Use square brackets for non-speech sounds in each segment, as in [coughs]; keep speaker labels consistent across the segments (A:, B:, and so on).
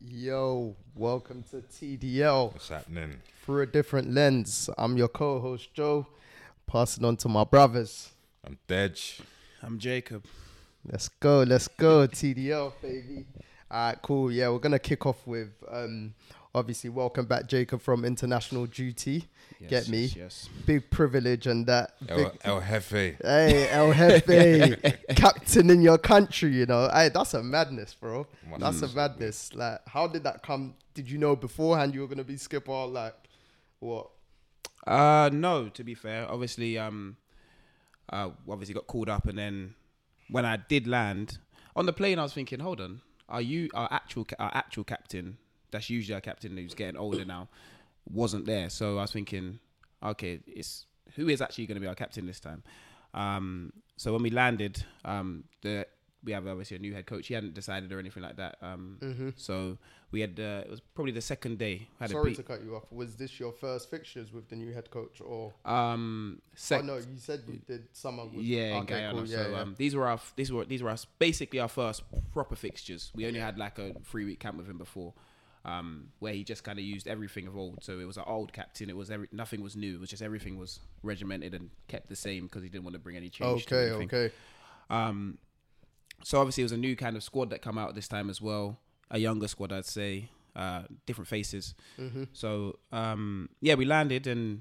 A: Yo, welcome to TDL
B: What's happening?
A: through a different lens. I'm your co-host Joe, passing on to my brothers.
B: I'm Dej.
C: I'm Jacob.
A: Let's go, let's go, TDL baby. All right, cool. Yeah, we're gonna kick off with um, obviously welcome back Jacob from international duty. Get me,
C: Yes, yes.
A: big privilege and that. big-
B: El, El Jefe.
A: Hey, El
C: [laughs]
A: Jefe, captain in your country, you know. Hey, that's a madness, bro.
B: Must
A: That's
B: be
A: a madness. Like, how did that come? Did you know beforehand you were gonna be skipper? Like, what?
C: Uh, no, to be fair, obviously, um, uh, obviously got called up, and then when I did land on the plane, I was thinking, hold on, are you our actual ca- our actual captain? That's usually our captain who's getting older now, wasn't there. So I was thinking, okay, it's who is actually going to be our captain this time? Um, so when we landed, um, the we have obviously a new head coach. He hadn't decided or anything like that. Um, so we had uh, it was probably the second day. Had a
A: Mm-hmm. Sorry
C: beat-
A: to cut you off. Was this your first fixtures with the new head coach, or?
C: um, sec-
A: oh no, you said you did summer. With,
C: Yeah, in
A: okay,
C: Guyana.
A: cool,
C: so Um, these were our f- these were these were our, s- basically our first proper fixtures. We only had like a three week camp with him before, um, where he just kind of used everything of old. So it was our old captain. It was every, nothing was new. It was just everything was regimented and kept the same because he didn't want to bring any change. to
A: okay,
C: anything.
A: okay.
C: Um, so obviously it was a new kind of squad that come out this time as well, a younger squad I'd say, uh, different faces. So um, yeah, we landed and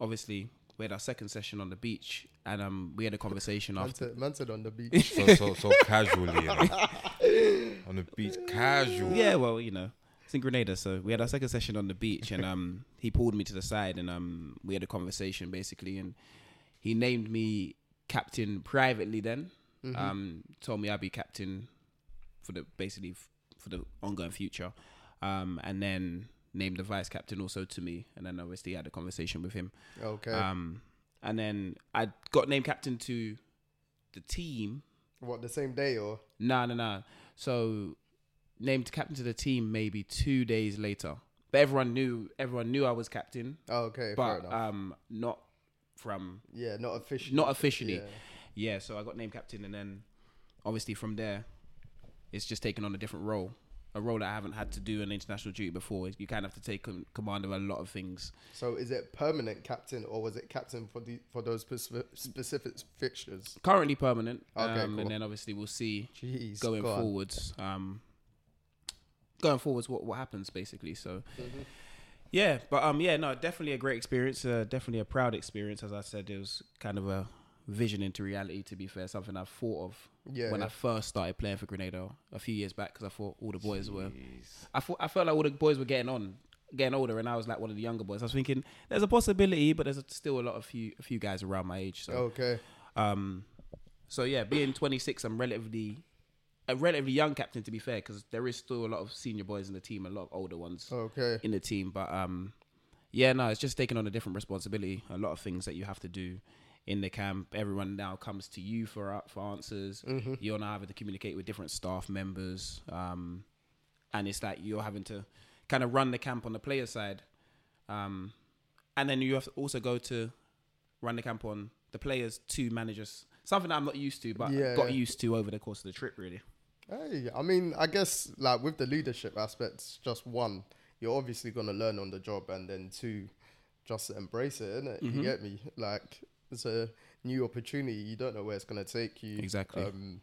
C: obviously we had our second session on the beach and um, we had a conversation
A: Man
C: after.
A: said, man said on the
C: [laughs]
A: beach.
B: So,
A: [laughs]
B: so, so casually, you know. On the beach, casual.
C: Yeah, well you know. It's in Grenada, so we had our second session on the beach, and um, he pulled me to the side, and um, we had a conversation basically, and he named me captain privately. Then,
A: Mm-hmm.
C: um, told me I'd be captain for the basically f- for the ongoing future, um, and then named the vice captain also to me, and then obviously had a conversation with him.
A: Okay.
C: Um, and then I got named captain to the team.
A: what the same day or?
C: No, no, no. So named captain to the team maybe two days later, but everyone knew everyone knew I was captain,
A: Oh, okay, fair
C: but
A: enough.
C: um, not from
A: yeah, not official.
C: not officially.
A: Yeah.
C: Yeah. so I got named captain, and then obviously from there, it's just taken on a different role, a role that I haven't had to do in international duty before. You kind of have to take com- command of a lot of things.
A: So is it permanent captain or was it captain for the for those speci- specific fixtures?
C: Currently permanent,
A: Okay,
C: um,
A: cool.
C: and then obviously we'll see
A: Jeez,
C: going
A: God.
C: forwards. Um, going forwards, what what happens basically? So, yeah, but um, yeah, no, definitely a great experience. Uh, definitely a proud experience. As I said, it was kind of a vision into reality. To be fair, something I thought of
A: Yeah,
C: when
A: yeah.
C: I first started playing for Grenada a few years back because I thought all the boys were. I thought I felt like all the boys were getting on. Getting older, and I was like one of the younger boys. I was thinking there's a possibility, but there's still a lot of few a few guys around my age. So
A: Okay.
C: um, so yeah, being 26, I'm relatively a relatively young captain to be fair, because there is still a lot of senior boys in the team, a lot of older ones
A: Okay.
C: in the team. But um, yeah, no, it's just taking on a different responsibility. A lot of things that you have to do in the camp. Everyone now comes to you for uh, for answers.
A: Mm-hmm.
C: You're now having to communicate with different staff members, um, and it's like you're having to kind of run the camp on the player side, um, and then you have to also go to run the camp on the players to managers. Something that I'm not used to, but
A: Yeah,
C: got
A: yeah.
C: used to over the course of the trip, really.
A: Hey, I mean, I guess like with the leadership aspects, just one, you're obviously gonna learn on the job, and then two, just embrace it, innit? You get me? Like it's a new opportunity. You don't know where it's gonna take you.
C: Exactly.
A: Um,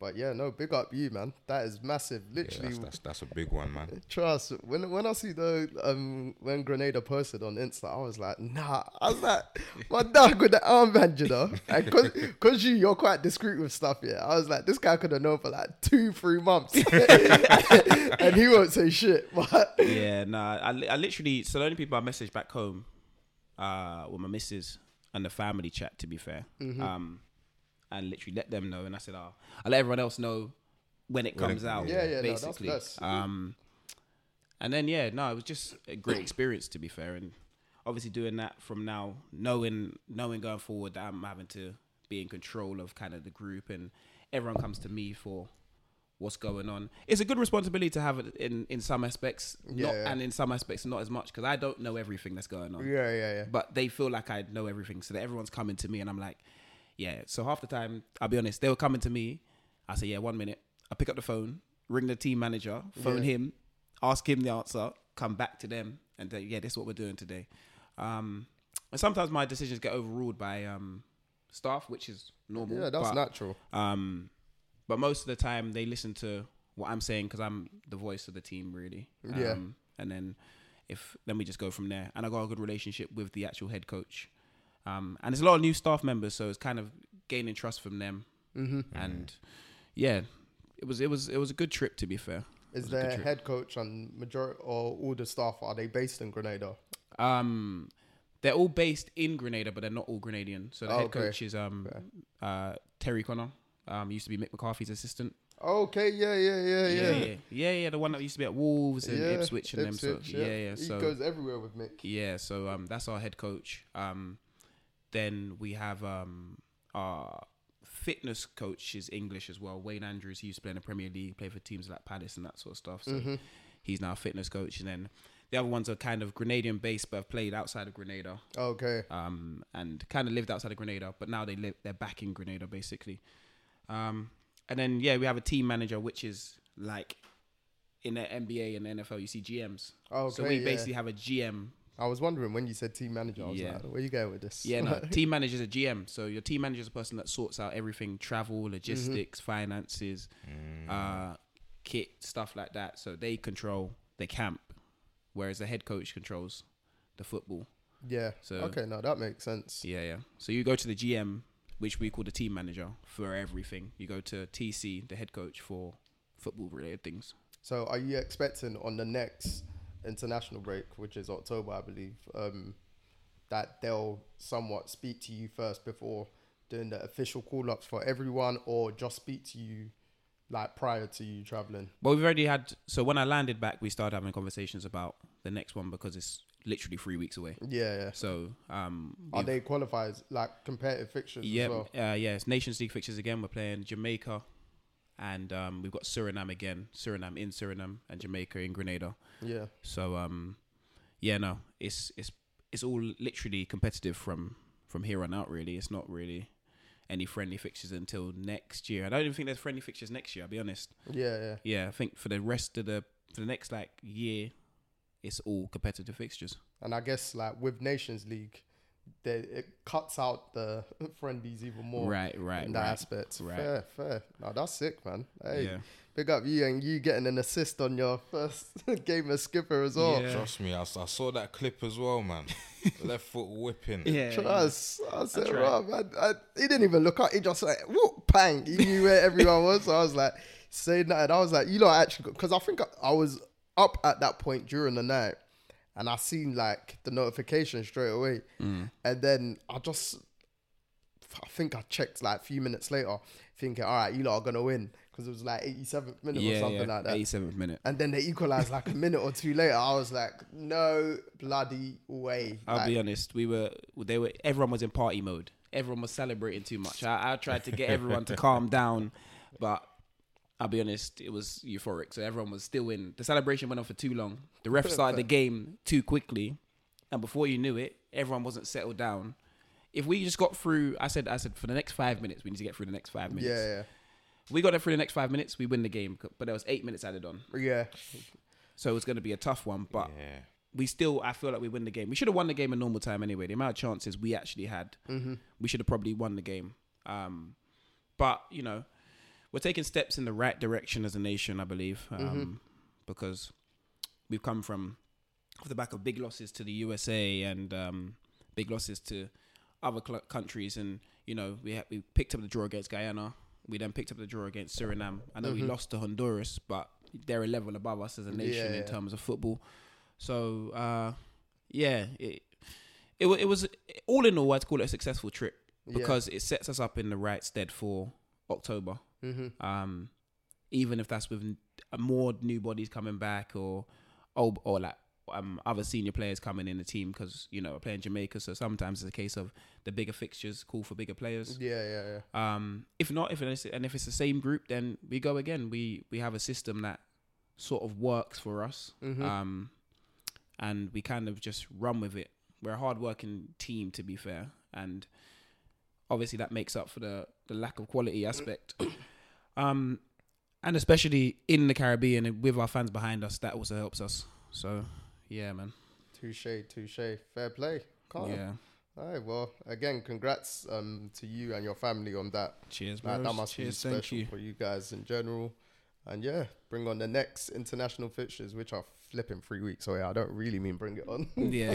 A: but yeah, no, big up you, man. That is massive.
B: Yeah,
A: Literally,
B: that's, that's, that's a big one, man.
A: Trust when when I see the um when Grenada posted on Insta, I was like, nah. I was like, my dog with the armband, you know, and cause, cause you you're quite discreet with stuff, yeah. I was like, this guy could have known for like two three months, [laughs] and he won't say shit. [laughs] But
C: yeah, nah. I, li- I literally so the only people I messaged back home uh were my missus and the family chat. To be fair, um, and literally let them know, and I said, oh, I let everyone else know when it
B: When it-
C: comes out.
A: Yeah, yeah, no, that's
C: basically.
A: blessed.
C: um, and then yeah, no, it was just a great experience to be fair, and obviously doing that from now, knowing knowing going forward that I'm having to be in control of kind of the group, and everyone comes to me for what's going on. It's a good responsibility to have it in in some aspects, not,
A: Yeah.
C: and in some aspects not as much because I don't know everything that's going on.
A: yeah, yeah, yeah.
C: But they feel like I know everything, so that everyone's coming to me, and I'm like, yeah. So half the time, I'll be honest, they were coming to me. I say, yeah, one minute. I pick up the phone. ring the team manager, phone him, ask him the answer, come back to them, and say, yeah, this is what we're doing today. Um, and sometimes my decisions get overruled by um, staff, which is normal.
A: Yeah, that's
C: but,
A: natural.
C: Um, but most of the time, they listen to what I'm saying because I'm the voice of the team, really. Um,
A: Yeah.
C: And then if then we just go from there, and I got a good relationship with the actual head coach, um, and there's a lot of new staff members, so it's kind of gaining trust from them. Mm-hmm. And yeah, it was it was it was a good trip to be fair.
A: Is
C: a good
A: their
C: trip.
A: head coach and majority or all the staff are they based in Grenada?
C: Um, they're all based in Grenada, but they're not all Grenadian. So the
A: Oh,
C: head
A: okay.
C: coach is um, uh, Terry Connor. Um, used to be Mick McCarthy's assistant.
A: Okay, yeah, yeah, yeah,
C: yeah,
A: yeah.
C: yeah, yeah, yeah. The one that used to be at Wolves and
A: Yeah,
C: Ipswich and them.
A: Ipswich,
C: So, yeah, yeah.
A: He
C: So
A: goes everywhere with Mick.
C: yeah, so um, that's our head coach. Um, then we have um, our fitness coach is English as well. Wayne Andrews, he used to play in the Premier League, play for teams like Palace and that sort of stuff. So
A: Mm-hmm.
C: he's now a fitness coach. And then the other ones are kind of Grenadian based, but have played outside of Grenada
A: Okay.
C: um, and kind of lived outside of Grenada, but now they live they're back in Grenada basically. Um, and then yeah, we have a team manager which is like in the NBA and NFL, you see GMs. so
A: Okay,
C: we
A: yeah.
C: basically have a GM.
A: I was wondering when you said team manager, I was
C: Yeah.
A: like, where you going with this? [laughs]
C: Yeah, no, team manager is a GM. So your team manager is a person that sorts out everything: travel, logistics, finances, uh, kit, stuff like that. So they control the camp, whereas the head coach controls the football.
A: yeah.
C: So-
A: okay, no, that makes sense.
C: Yeah, yeah. So you go to the GM, which we call the team manager for everything. You go to TC, the head coach for football related things.
A: So, are you expecting on the next international break, which is October, I believe, um, that they'll somewhat speak to you first before doing the official call ups for everyone, or just speak to you like prior to you traveling?
C: Well, we've already had. So when I landed back, we started having conversations about the next one because it's literally three weeks away.
A: Yeah. yeah.
C: So um,
A: Are they qualifiers like competitive fixtures
C: yeah,
A: as well?
C: uh, yeah. It's Nations League fixtures again. We're playing Jamaica, and um, we've got Suriname again. Suriname in Suriname and Jamaica in Grenada.
A: Yeah.
C: So um, yeah, no, it's it's it's all literally competitive from from here on out. Really, it's not really any friendly fixtures until next year. I don't even think there's friendly fixtures next year. I'll be honest.
A: Yeah. Yeah.
C: Yeah, I think for the rest of the for the next like year, it's all competitive fixtures.
A: And I guess like with Nations League, they, it cuts out the [laughs] friendlies even more.
C: Right, right,
A: in that
C: right.
A: aspect.
C: right.
A: Fair, fair. No, that's sick, man. Hey,
C: Yeah.
A: big up you and you getting an assist on your [laughs] first game as skipper as well.
C: Yeah.
B: Trust me, I, s- I saw that clip as
A: [laughs]
B: well, man. Left foot whipping.
A: Trust. I said,
C: right.
A: "Wow, man. I, he didn't even look up. He just like, whoop, bang. He knew where everyone was. So I was like, say nothing. I was like, you know, actually, because I think I, I was up at that point during the night and I seen like the notification straight away.
C: Mm.
A: And then I just, I think I checked like a few minutes later, thinking, all right, you lot are going to win. Because it was like 87th minute or
C: yeah,
A: something
C: yeah.
A: like that.
C: 87th minute.
A: And then they equalized like a minute or two later. I was like, no bloody way.
C: I'll
A: Like,
C: be honest. We were they were everyone was in party mode. Everyone was celebrating too much. I, I tried to get everyone to
A: [laughs]
C: calm down, but I'll be honest, it was euphoric. So everyone was still in. The celebration went on for too long. The ref started the game too quickly, and before you knew it, everyone wasn't settled down. If we just got through, I said, I said for the next five minutes, we need to get through the next five minutes.
A: yeah,
C: We got it through the next five minutes, we win the game. But there was eight minutes added on,
A: yeah, yeah.
C: so it was going to be a tough one. But
B: Yeah.
C: we still I feel like we win the game. We should have won the game in normal time anyway. The amount of chances we actually had, we should have probably won the game. Um, but you know, we're taking steps in the right direction as a nation, I believe, um, because we've come from off the back of big losses to the USA and um, big losses to other cl- countries, and you know we ha- we picked up the draw against Guyana. We then picked up the draw against Suriname. I know we lost to Honduras, but they're a level above us as a nation
A: Yeah,
C: in
A: yeah.
C: terms of football. So uh, yeah, it it, wa- it was all in all, I'd call it a successful trip
A: Yeah.
C: because it sets us up in the right stead for October.
A: Mm-hmm.
C: Um, even if that's with n- more new bodies coming back or or, or like um, other senior players coming in the team because you know we're playing Jamaica, so sometimes it's a case of the bigger fixtures call for bigger players.
A: Yeah, yeah, yeah.
C: Um, if not, if it's, and if it's the same group, then we go again. We we have a system that sort of works for us,
A: Mm-hmm.
C: um, and we kind of just run with it. We're a hardworking team, to be fair, and obviously that makes up for the the lack of quality aspect. [coughs] um, and especially in the Caribbean and with our fans behind us, that also helps us. So, yeah, man.
A: Touche, touche. Fair play. Calm.
C: Yeah.
A: All right. Well, again, congrats um, to you and your family on that.
C: Cheers,
A: Like,
C: bro.
A: that must
C: Cheers,
A: be
C: thank
A: special
C: you.
A: for you guys in general. And yeah, bring on the next international fixtures, which are flipping three weeks away. I don't really mean bring it on.
C: Yeah.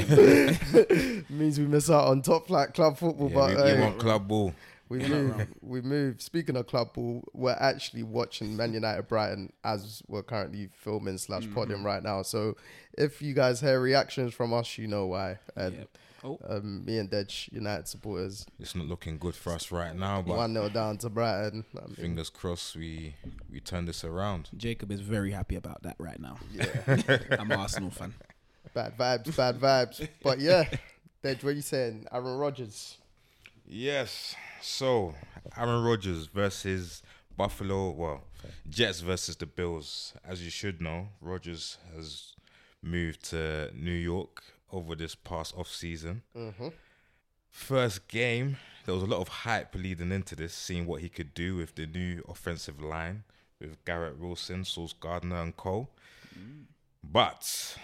A: [laughs] Means we miss out on top flight club football,
B: Yeah,
A: but uh,
B: we,
A: hey,
B: we want club ball.
A: we move. We move. Speaking of club ball, we're actually watching Man United Brighton as we're currently filming slash podding right now. So if you guys hear reactions from us, you know why. And
C: Yep. Oh.
A: um, me and Dej, United supporters,
B: It's not looking good for us right now, but
A: one 0 down to Brighton. I mean,
B: fingers crossed we we turn this around.
C: Jacob is very happy about that right now. [laughs] I'm an Arsenal fan.
A: bad vibes, bad vibes. But yeah, Dej, what are you saying? Aaron Rodgers.
B: Yes. So Aaron Rodgers versus Buffalo, well, Jets versus the Bills. As you should know, Rodgers has moved to New York over this past off season. First game, there was a lot of hype leading into this, seeing what he could do with the new offensive line with Garrett Wilson, Sauce Gardner, and Cole. But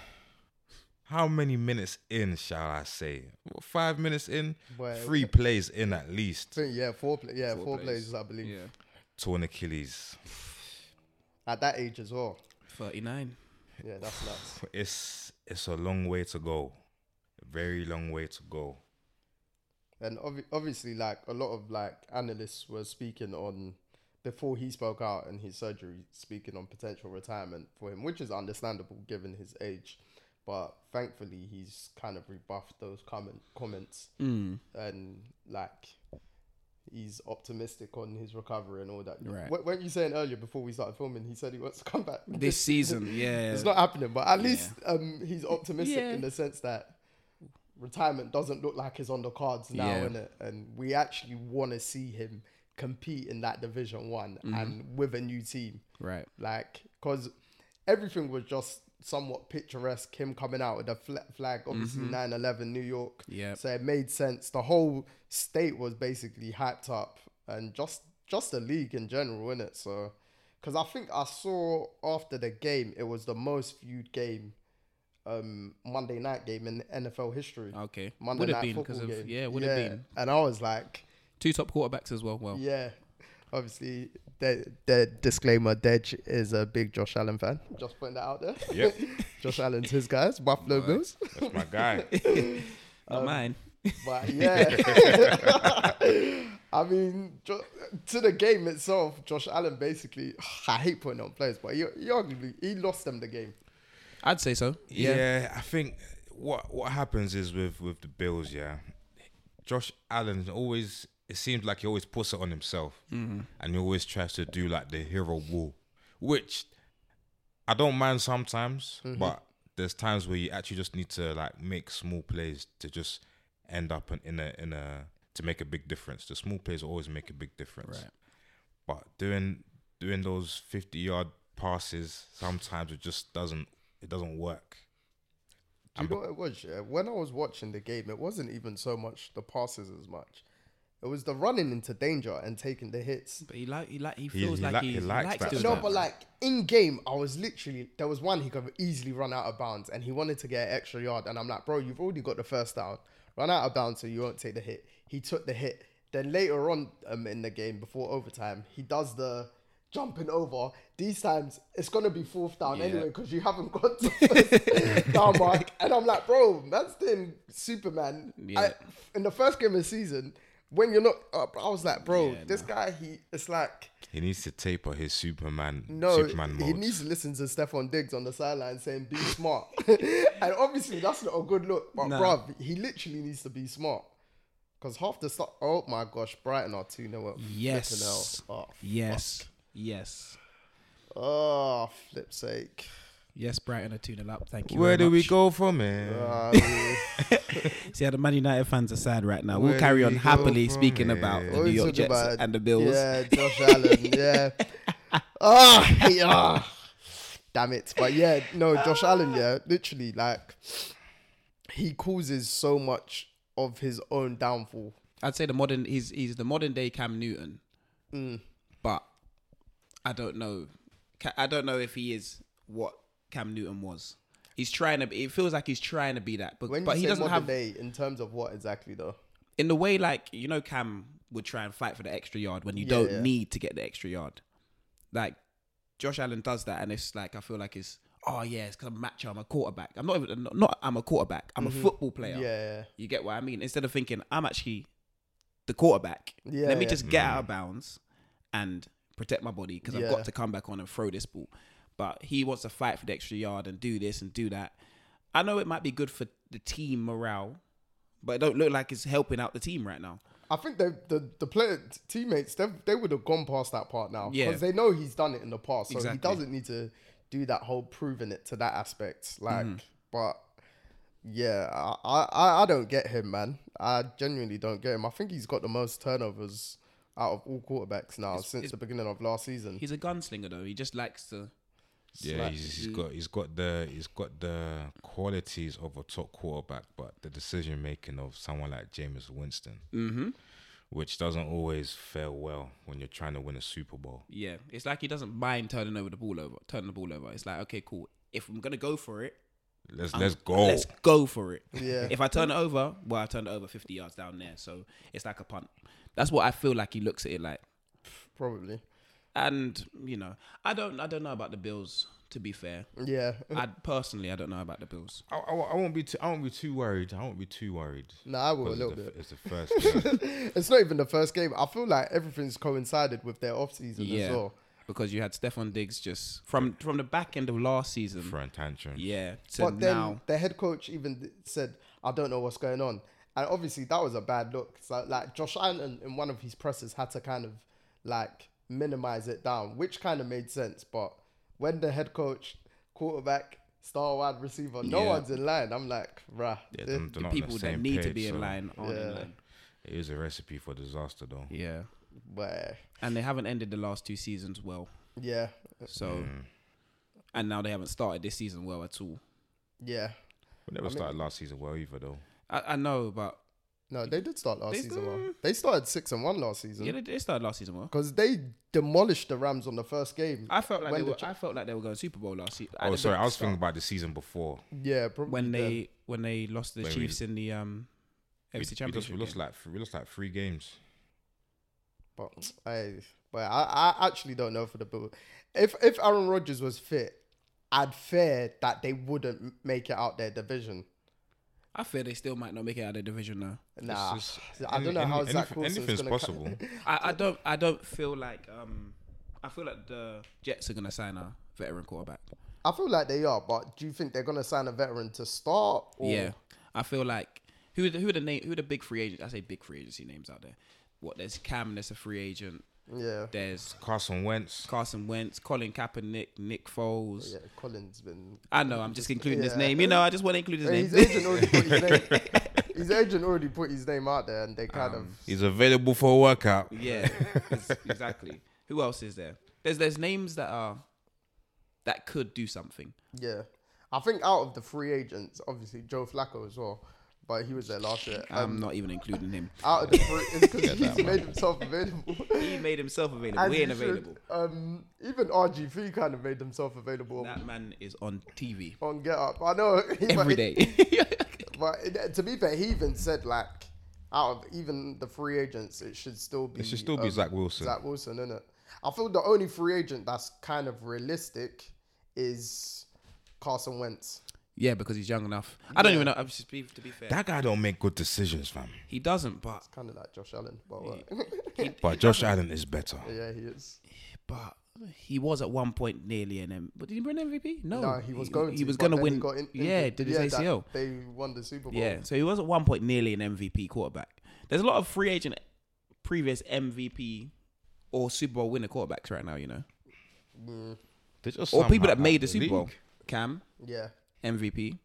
B: how many minutes in shall I say? What, Five minutes in,
A: Well,
B: three plays in at least.
A: Yeah, four. Pla- yeah, four,
C: plays.
A: plays, I believe.
C: Yeah.
B: Torn Achilles.
A: At that age as well.
C: 39.
A: Yeah, that's nuts.
B: It's it's a long way to go, very long way to go.
A: and obvi- obviously like a lot of like analysts were speaking on before he spoke out and his surgery speaking on potential retirement for him which is understandable given his age but thankfully he's kind of rebuffed those comment comments
C: Mm.
A: and like he's optimistic on his recovery and all that
C: Right.
A: what weren't you saying earlier before we started filming he said he wants to come back
C: This season, yeah.
A: it's not happening but at least um he's optimistic
C: Yeah.
A: in the sense that retirement doesn't look like it's on the cards now,
C: Yeah.
A: innit? And we actually want to see him compete in that Division One
C: Mm-hmm.
A: and with a new team,
C: right.
A: like because everything was just somewhat picturesque. Him coming out with a fla- flag, obviously
C: Mm-hmm.
A: 9/11 New York,
C: Yep.
A: So it made sense. The whole state was basically hyped up, and just just the league in general, innit? So. Because I think I saw after the game, it was the most viewed game, um, Monday night game in NFL history.
C: Okay.
A: Monday
C: Would have
A: night
C: Oh, been
A: football
C: because of,
A: game.
C: yeah, would have been. Oh.
A: And I was like,
C: Two top quarterbacks as well. Well,
A: yeah. Obviously, the the disclaimer: Dej is a big Josh Allen fan. Just putting that out there.
B: Yep.
A: [laughs] Josh Allen's his guys, Buffalo Bills.
B: That's my guy.
C: not
A: Um,
C: mine.
A: But yeah, [laughs] I mean, jo- to the game itself, Josh Allen basically. I hate putting on players, but he, he arguably he lost them the game.
C: I'd say so.
B: Yeah. I think what what happens is with with the Bills, yeah. Josh Allen always it seems like he always puts it on himself, and he always tries to do like the hero wall, which I don't mind sometimes, but there's times where you actually just need to like make small plays to just end up in, in a in a to make a big difference. The small plays always make a big difference,
C: Right.
B: but doing doing those fifty yard passes sometimes it just doesn't it doesn't work.
A: Do you know what it was? Yeah? When I was watching the game, it wasn't even so much the passes as much. It was the running into danger and taking the hits.
C: But he like he like he
B: He-
C: feels
B: he
C: like
B: like-
C: he,
B: he likes
C: likes
B: that
C: doing
B: stuff.
A: No,
C: that.
A: but like in game, I was literally there was one he could easily run out of bounds, and he wanted to get an extra yard, and I'm like, bro, you've already got the first down, run out of bounds so you won't take the hit. He took the hit. Then later on um, in the game, before overtime, he does the jumping over. These times it's gonna be fourth down
C: Yeah.
A: anyway because you haven't got to first [laughs] down mark, and I'm like, bro, man's doing Superman
C: Yeah.
A: I- in the first game of the season. When you're not up, I was like, bro,
C: Yeah,
A: this guy, he, it's like.
B: He needs to taper his Superman
A: No,
B: Superman
A: he
B: mode.
A: needs to listen to Stefan Diggs on the sideline saying, be smart. [laughs] and obviously, that's not a good look. But,
C: Nah.
A: bruv, he literally needs to be smart. Because half the stuff. Oh, my gosh. Brighton are 2 0 up.
C: Yes.
A: Oh,
C: Yes. Yes.
A: fuck. oh, flip
C: [laughs]
A: sake.
C: Yes, Brighton are 2 0 up. Thank you.
B: Where
C: very
B: do we
C: much.
B: go from here?
A: I mean,
C: See how the Man United fans are sad right now.
B: Where
C: we'll carry
B: do
C: on
B: we go
C: happily
B: from
C: speking
B: here?
C: about
A: what
C: the
A: are
C: New
A: we
C: York
A: talking
C: Jets
A: about?
C: and the Bills.
A: Yeah, Josh Allen.
C: [laughs]
A: Yeah. Ah, yeah. Damn it. But yeah, no, Josh Allen, yeah, literally, like, he causes so much of his own downfall.
C: I'd say the modern
A: Mm.
C: he's he's the modern day Cam Newton, but I don't know Ca- I don't know if he is what Cam Newton was. He's trying to. Be, it feels like he's trying to be that, but
A: When you
C: but
A: say
C: he doesn't
A: modern
C: have
A: day, in terms of what exactly though?
C: in the way like you know Cam would try and fight for the extra yard when you
A: Yeah,
C: don't
A: yeah.
C: need to get the extra yard. Like Josh Allen does that, and it's like I feel like it's oh yeah, it's because I'm a matcher, I'm a quarterback. I'm not even not I'm a quarterback. I'm a football player.
A: Mm-hmm. Yeah, yeah,
C: You get what I mean? Instead of thinking I'm actually the quarterback,
A: Yeah,
C: let me
A: yeah.
C: just get out of bounds and protect my body because I've
A: Yeah.
C: got to come back on and throw this ball. But he wants to fight for the extra yard and do this and do that. I know it might be good for the team morale, but it don't look like it's helping out the team right now.
A: I think they, the the player teammates they they would have gone past that part now
C: Yeah.
A: because they know he's done it in the past, so
C: Exactly.
A: he doesn't need to do that whole proving it to that aspect. Like,
C: Mm-hmm.
A: but yeah, I, I I don't get him, man. I genuinely don't get him. I think he's got the most turnovers out of all quarterbacks now since the beginning of last season.
C: He's a gunslinger though. He just likes to.
B: Yeah,
C: slack.
B: he's, he's got he's got the he's got the qualities of a top quarterback, but the decision making of someone like Jameis Winston,
C: Mm-hmm.
B: which doesn't always fare well when you're trying to win a Super Bowl.
C: Yeah, it's like he doesn't mind turning over the ball over, turning the ball over. It's like okay, cool. If I'm gonna go for it,
B: Let's
C: I'm-
B: let's go.
C: Um, Let's go for it.
A: Yeah.
C: If I turn it over, well, I turn it over 50 yards down there. So it's like a punt. That's what I feel like he looks at it like.
A: Probably,
C: And, you know, I don't I don't know about the Bills, to
A: [laughs]
C: be fair.
A: yeah.
C: [laughs] I personally I don't know about the Bills.
B: I, I, I won't be too I won't be too worried. I won't be too worried.
A: no, I will a
B: 'Cause
A: little
B: it's, the,
A: bit.
B: f- it's the
A: [laughs]
B: first. game.
A: It's not even the first game. I feel like everything's coincided with their off season
C: Yeah.
A: as well.
C: Because you had Stefan Diggs just from from the back end of last season.
B: Front tantrum.
C: Yeah. To
A: But then
C: now.
A: the head coach even said, "I don't know what's going on," and obviously that was a bad look. So like Josh Allen in one of his presses had to kind of like minimize it down, which kind of made sense. But when the head coach, quarterback, star wide receiver, no
C: Yeah.
A: one's in line, I'm like, rah. thi-
B: Yeah, they're- they're
C: The
B: not on the
C: people that
B: same
C: need to
B: page,
C: be
B: so
C: in line aren't in
A: Yeah.
C: line.
B: It is a recipe for disaster, though.
C: Yeah.
A: where-
C: And they haven't ended the last two seasons well.
A: yeah,
C: So
B: Mm.
C: and now they haven't started this season well at all.
A: yeah.
B: We never started last season well either, though.
C: I, I know, but
A: No, they did start last
C: They-
A: season. Well, they started six and one last
C: yeah,
A: season
C: they, they started last season well.
A: because they demolished the Rams on the first game.
C: I felt like
A: When
C: they
A: the
C: were,
A: Ch-
C: I felt like they were going Super Bowl last year. At
B: Oh,
C: the
B: sorry, I was
C: start.
B: thinking about the season before.
A: yeah, probably
C: when
A: the-
C: they when they lost to the
B: When we-
C: Chiefs in the um
B: We, we
C: AFC
B: lost,
C: Championship.
B: we lost
C: game.
B: like th- we lost like three games.
A: But I, but I, I actually don't know for the Bills. If if Aaron Rodgers was fit, I'd fear that they wouldn't make it out their division.
C: I fear they still might not make it out of the division now.
A: Nah,
B: It's just-
A: I don't
B: any-
A: know how
B: any-
A: Zach
B: anything-
A: Wilson's
B: anything's
A: gonna
B: possible.
C: [laughs] I, I don't I don't feel like um I feel like the Jets are gonna sign a veteran quarterback.
A: I feel like they are, but do you think they're gonna sign a veteran to start? Or
C: Yeah, I feel like who are the, who are the name who are the big free agents? I say big free agency names out there. What there's Cam, there's a free agent.
A: yeah,
C: There's
B: Carson Wentz.
C: Carson Wentz, Colin Kaepernick, Nick Foles.
A: yeah. Colin's been
C: I know I'm just including his
A: yeah.
C: name. You know I just want to include his
A: his
C: name.
A: agent already put his name. His agent already put his name out there, and they kind
B: He's available for a workout.
C: [laughs] Yeah,
A: [laughs]
C: ex- exactly. Who else is there? There's there's names that are that could do something.
A: of yeah. I think out of the free agents, obviously Joe Flacco as well, but he was there last year.
C: I'm not even including him.
A: out of the
C: [laughs]
A: free, it's because he's made himself available.
C: He made himself available.
A: As
C: we ain't
A: you should.
C: available.
A: Um, even RGV kind of made himself available
C: That man is on TV
A: on Get Up. I know [laughs] he- Oh, but
C: every
A: he-
C: day. [laughs]
A: But it- to be fair, he even said like, out of even the free agents, it should still be.
B: It should still be
A: um,
B: Zach Wilson.
A: Zach Wilson, innit? I feel the only free agent that's kind of realistic is Carson Wentz.
C: yeah, because he's young enough. I don't even know. I'm just be, to be fair,
B: That guy don't make good decisions, fam.
C: he doesn't. But
A: Kind of like Josh Allen, but uh,
B: But Josh Allen is better.
A: [laughs] yeah, he is.
C: but he was at one point nearly an M. But did he win MVP? No,
A: No, he was going.
C: He,
A: to,
C: was
A: but
C: going to
A: then
C: win.
A: He got in-
C: yeah,
A: injured.
C: did his
A: that-
C: ACL.
A: They won the Super Bowl.
C: Yeah, so he was at one point nearly an MVP quarterback. There's a lot of free agent, previous MVP or Super Bowl winner quarterbacks right now, you know,
B: They just
C: or
B: somehow
C: people that made the
B: out
C: Super Bowl.
B: league.
C: Cam
A: yeah,
C: MVP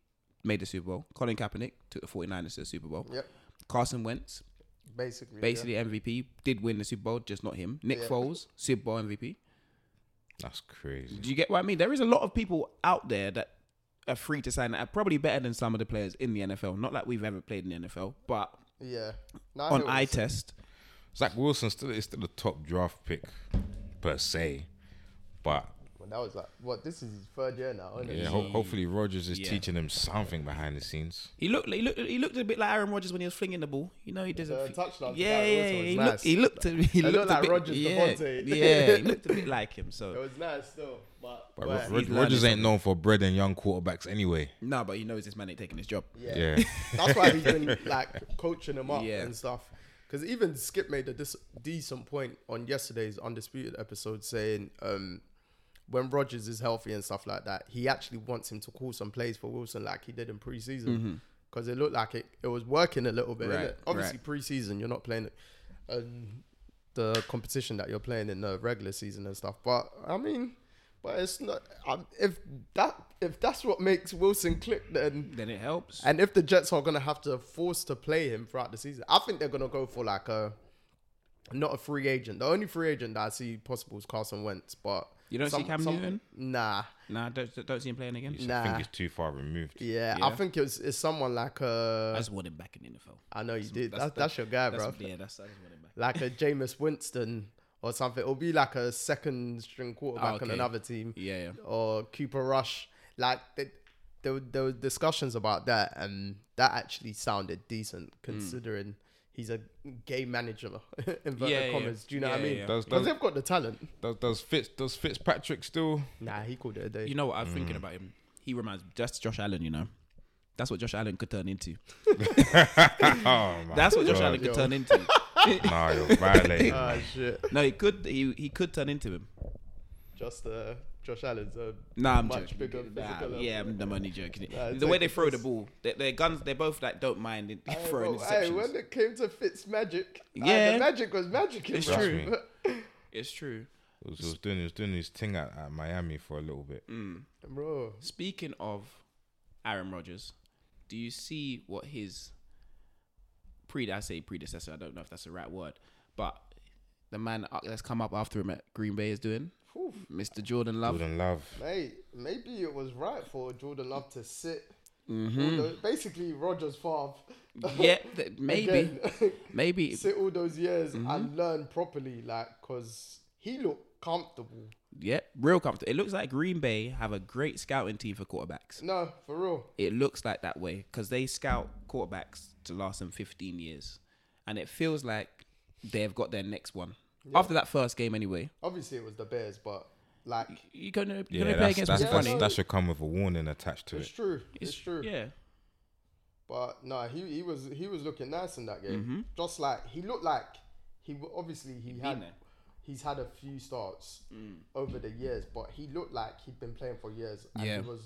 C: made the Super Bowl. Colin Kaepernick took the 49ers to the Super Bowl.
A: Yep.
C: Carson Wentz
A: basically. yeah.
C: basically MVP did win the Super Bowl, just not him. Nick
A: Yeah.
C: Foles Super Bowl MVP.
B: That's crazy.
C: Do you get what I mean? There is a lot of people out there that are free to sign that are probably better than some of the players in the NFL. Not like we've ever played in the NFL, but
A: Yeah. No, I
C: on
A: hear what
C: eye
A: you're saying.
C: test.
B: Zach Wilson still is still a top draft pick per se, but
A: When that was like, what? This is his third year now, isn't
B: Yeah,
A: it?
B: ho- hopefully Rogers is
C: Yeah.
B: teaching him something behind the scenes.
C: He looked, he looked, he looked a bit like Aaron Rodgers when he was flinging the ball. You know, he doesn't.
A: The touchdown to
C: Yeah,
A: that
C: yeah,
A: also was
C: he
A: nice.
C: looked, he looked, a- [laughs] he
A: It looked
C: looked a
A: like
C: bit,
A: Rodgers
C: yeah,
A: Devontae.
C: yeah, he looked a
A: [laughs]
C: bit like him.
A: It
C: So
A: was nice still, but,
B: But
A: but-
B: Rod-
C: he's
B: Rod-
C: learning
B: Rogers ain't known for breading young quarterbacks anyway.
C: no, but he knows this man ain't taking his job.
A: yeah.
B: Yeah.
C: [laughs]
A: that's why he's been like coaching him up
C: Yeah.
A: and stuff. Because even Skip made a dis- decent point on yesterday's undisputed episode, saying um, when Rogers is healthy and stuff like that, he actually wants him to call some plays for Wilson like he did in preseason because it looked like it, it was working a little bit.
C: Mm-hmm. Right,
A: innit? Obviously,
C: right.
A: preseason you're not playing um, the competition that you're playing in the regular season and stuff. But I mean, but it's not um, if that if that's what makes Wilson click, then
C: Then it helps.
A: and if the Jets are gonna have to force to play him throughout the season, I think they're gonna go for like a not a free agent. The only free agent that I see possible is Carson Wentz, but
C: You don't see Cam Newton?
A: Nah,
C: nah, don't, don't see him playing again.
B: I
A: Nah.
B: think it's too far removed.
A: yeah, I
C: Yeah.
A: think it's it's someone like
C: I
A: a.
C: just want him back in the NFL.
A: I know you did. That's
C: that's
A: that's,
C: the-
A: your guy,
C: That's,
A: bro.
C: yeah, that's I just want him back.
A: Like a Jameis Winston or something. It'll be like a second string quarterback on
C: Ah, okay.
A: another team.
C: Yeah, yeah.
A: or Cooper Rush. Like th- there, were- there were discussions about that, and that actually sounded decent
C: Hmm.
A: considering he's a gay manager. [laughs] inverted
C: Yeah, yeah.
A: commas. Do you know what I
C: Yeah,
A: mean?
C: yeah.
A: Because
B: Does- does-
A: they've got the talent.
B: Does, does Fitz does
A: [laughs]
B: Fitzpatrick still? [laughs]
A: Nah, he called it a day.
C: You know what I was
A: mm.
C: thinking about him? He reminds that's Josh Allen. You know, that's what Josh Allen could turn into.
B: Oh my
C: That's what Josh
B: God.
C: Allen could
A: [laughs]
C: turn into.
B: Nah, you're violating.
A: Ah,
B: man.
A: shit.
C: No, he could. He, he could turn into him.
A: Just uh, Josh Allen's a
C: Nah, I'm
A: much
C: joking.
A: bigger
C: Nah,
A: physical. level.
C: yeah, I'm, I'm only joking.
A: Nah,
C: the way
A: take
C: they
A: it
C: throw the
A: as-
C: ball, their, their guns, they're both like don't mind it- [laughs]
A: Hey,
C: throwing
A: bro,
C: interceptions.
A: hey, when it came to Fitz magic, yeah,
C: Yeah.
A: the magic was magic. in
C: It's
A: bro.
B: true.
C: it's true.
B: He was, he was doing he was doing his thing at, at Miami for a little bit.
A: [laughs]
C: Mm.
A: bro.
C: Speaking of Aaron Rodgers, do you see what his pre? I say predecessor. I don't know if that's the right word, but the man that's come up after him at Green Bay is doing,
A: Oof.
C: Mr. Jordan Love.
B: Jordan Love.
A: Mate, maybe it was right for Jordan Love to sit. Although- Basically, Rogers' [laughs] father.
C: [laughs] Yeah,
A: [laughs]
C: th- maybe,
A: Again,
C: maybe.
A: sit all those years and learn properly, like, cause he looked comfortable.
C: Yeah, real comfortable. It looks like Green Bay have a great scouting team for quarterbacks.
A: No, for real.
C: It looks like that way because they scout quarterbacks to last them 15 years, and it feels like they've got their next one after that first game. Anyway,
A: Obviously, it was the Bears, but like,
C: you can you
B: Yeah,
C: gonna
B: that's,
C: play against
B: that's,
C: what's
B: that's,
C: funny.
B: that should come with a warning attached to
A: it's
B: it.
A: true. It's, true.
C: Yeah,
A: But no, he he was he was looking nice in that game.
C: Mm-hmm.
A: Just like he looked like he w- obviously he had
C: there. Mm.
A: he's had a few starts over the years, but he looked like he'd been playing for years and
C: Yeah.
A: he was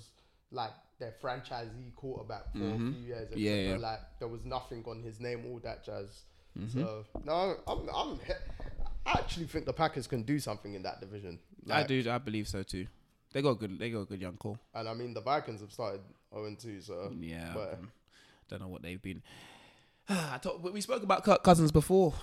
A: like their franchisee quarterback for a few years. It wasn't
C: Mm-hmm. Yeah, yeah. Mm-hmm.
A: like there was nothing on his name, all that jazz. So no, I'm I'm he- I actually think the Packers can do something in that division.
C: I
A: Like,
C: do. I believe so too. They got a good. They got a good young call.
A: and I mean the Vikings have started 0 2, so
C: Yeah,
A: But,
C: um, don't know what they've been. [sighs] I thought we we spoke about Kirk Cousins before.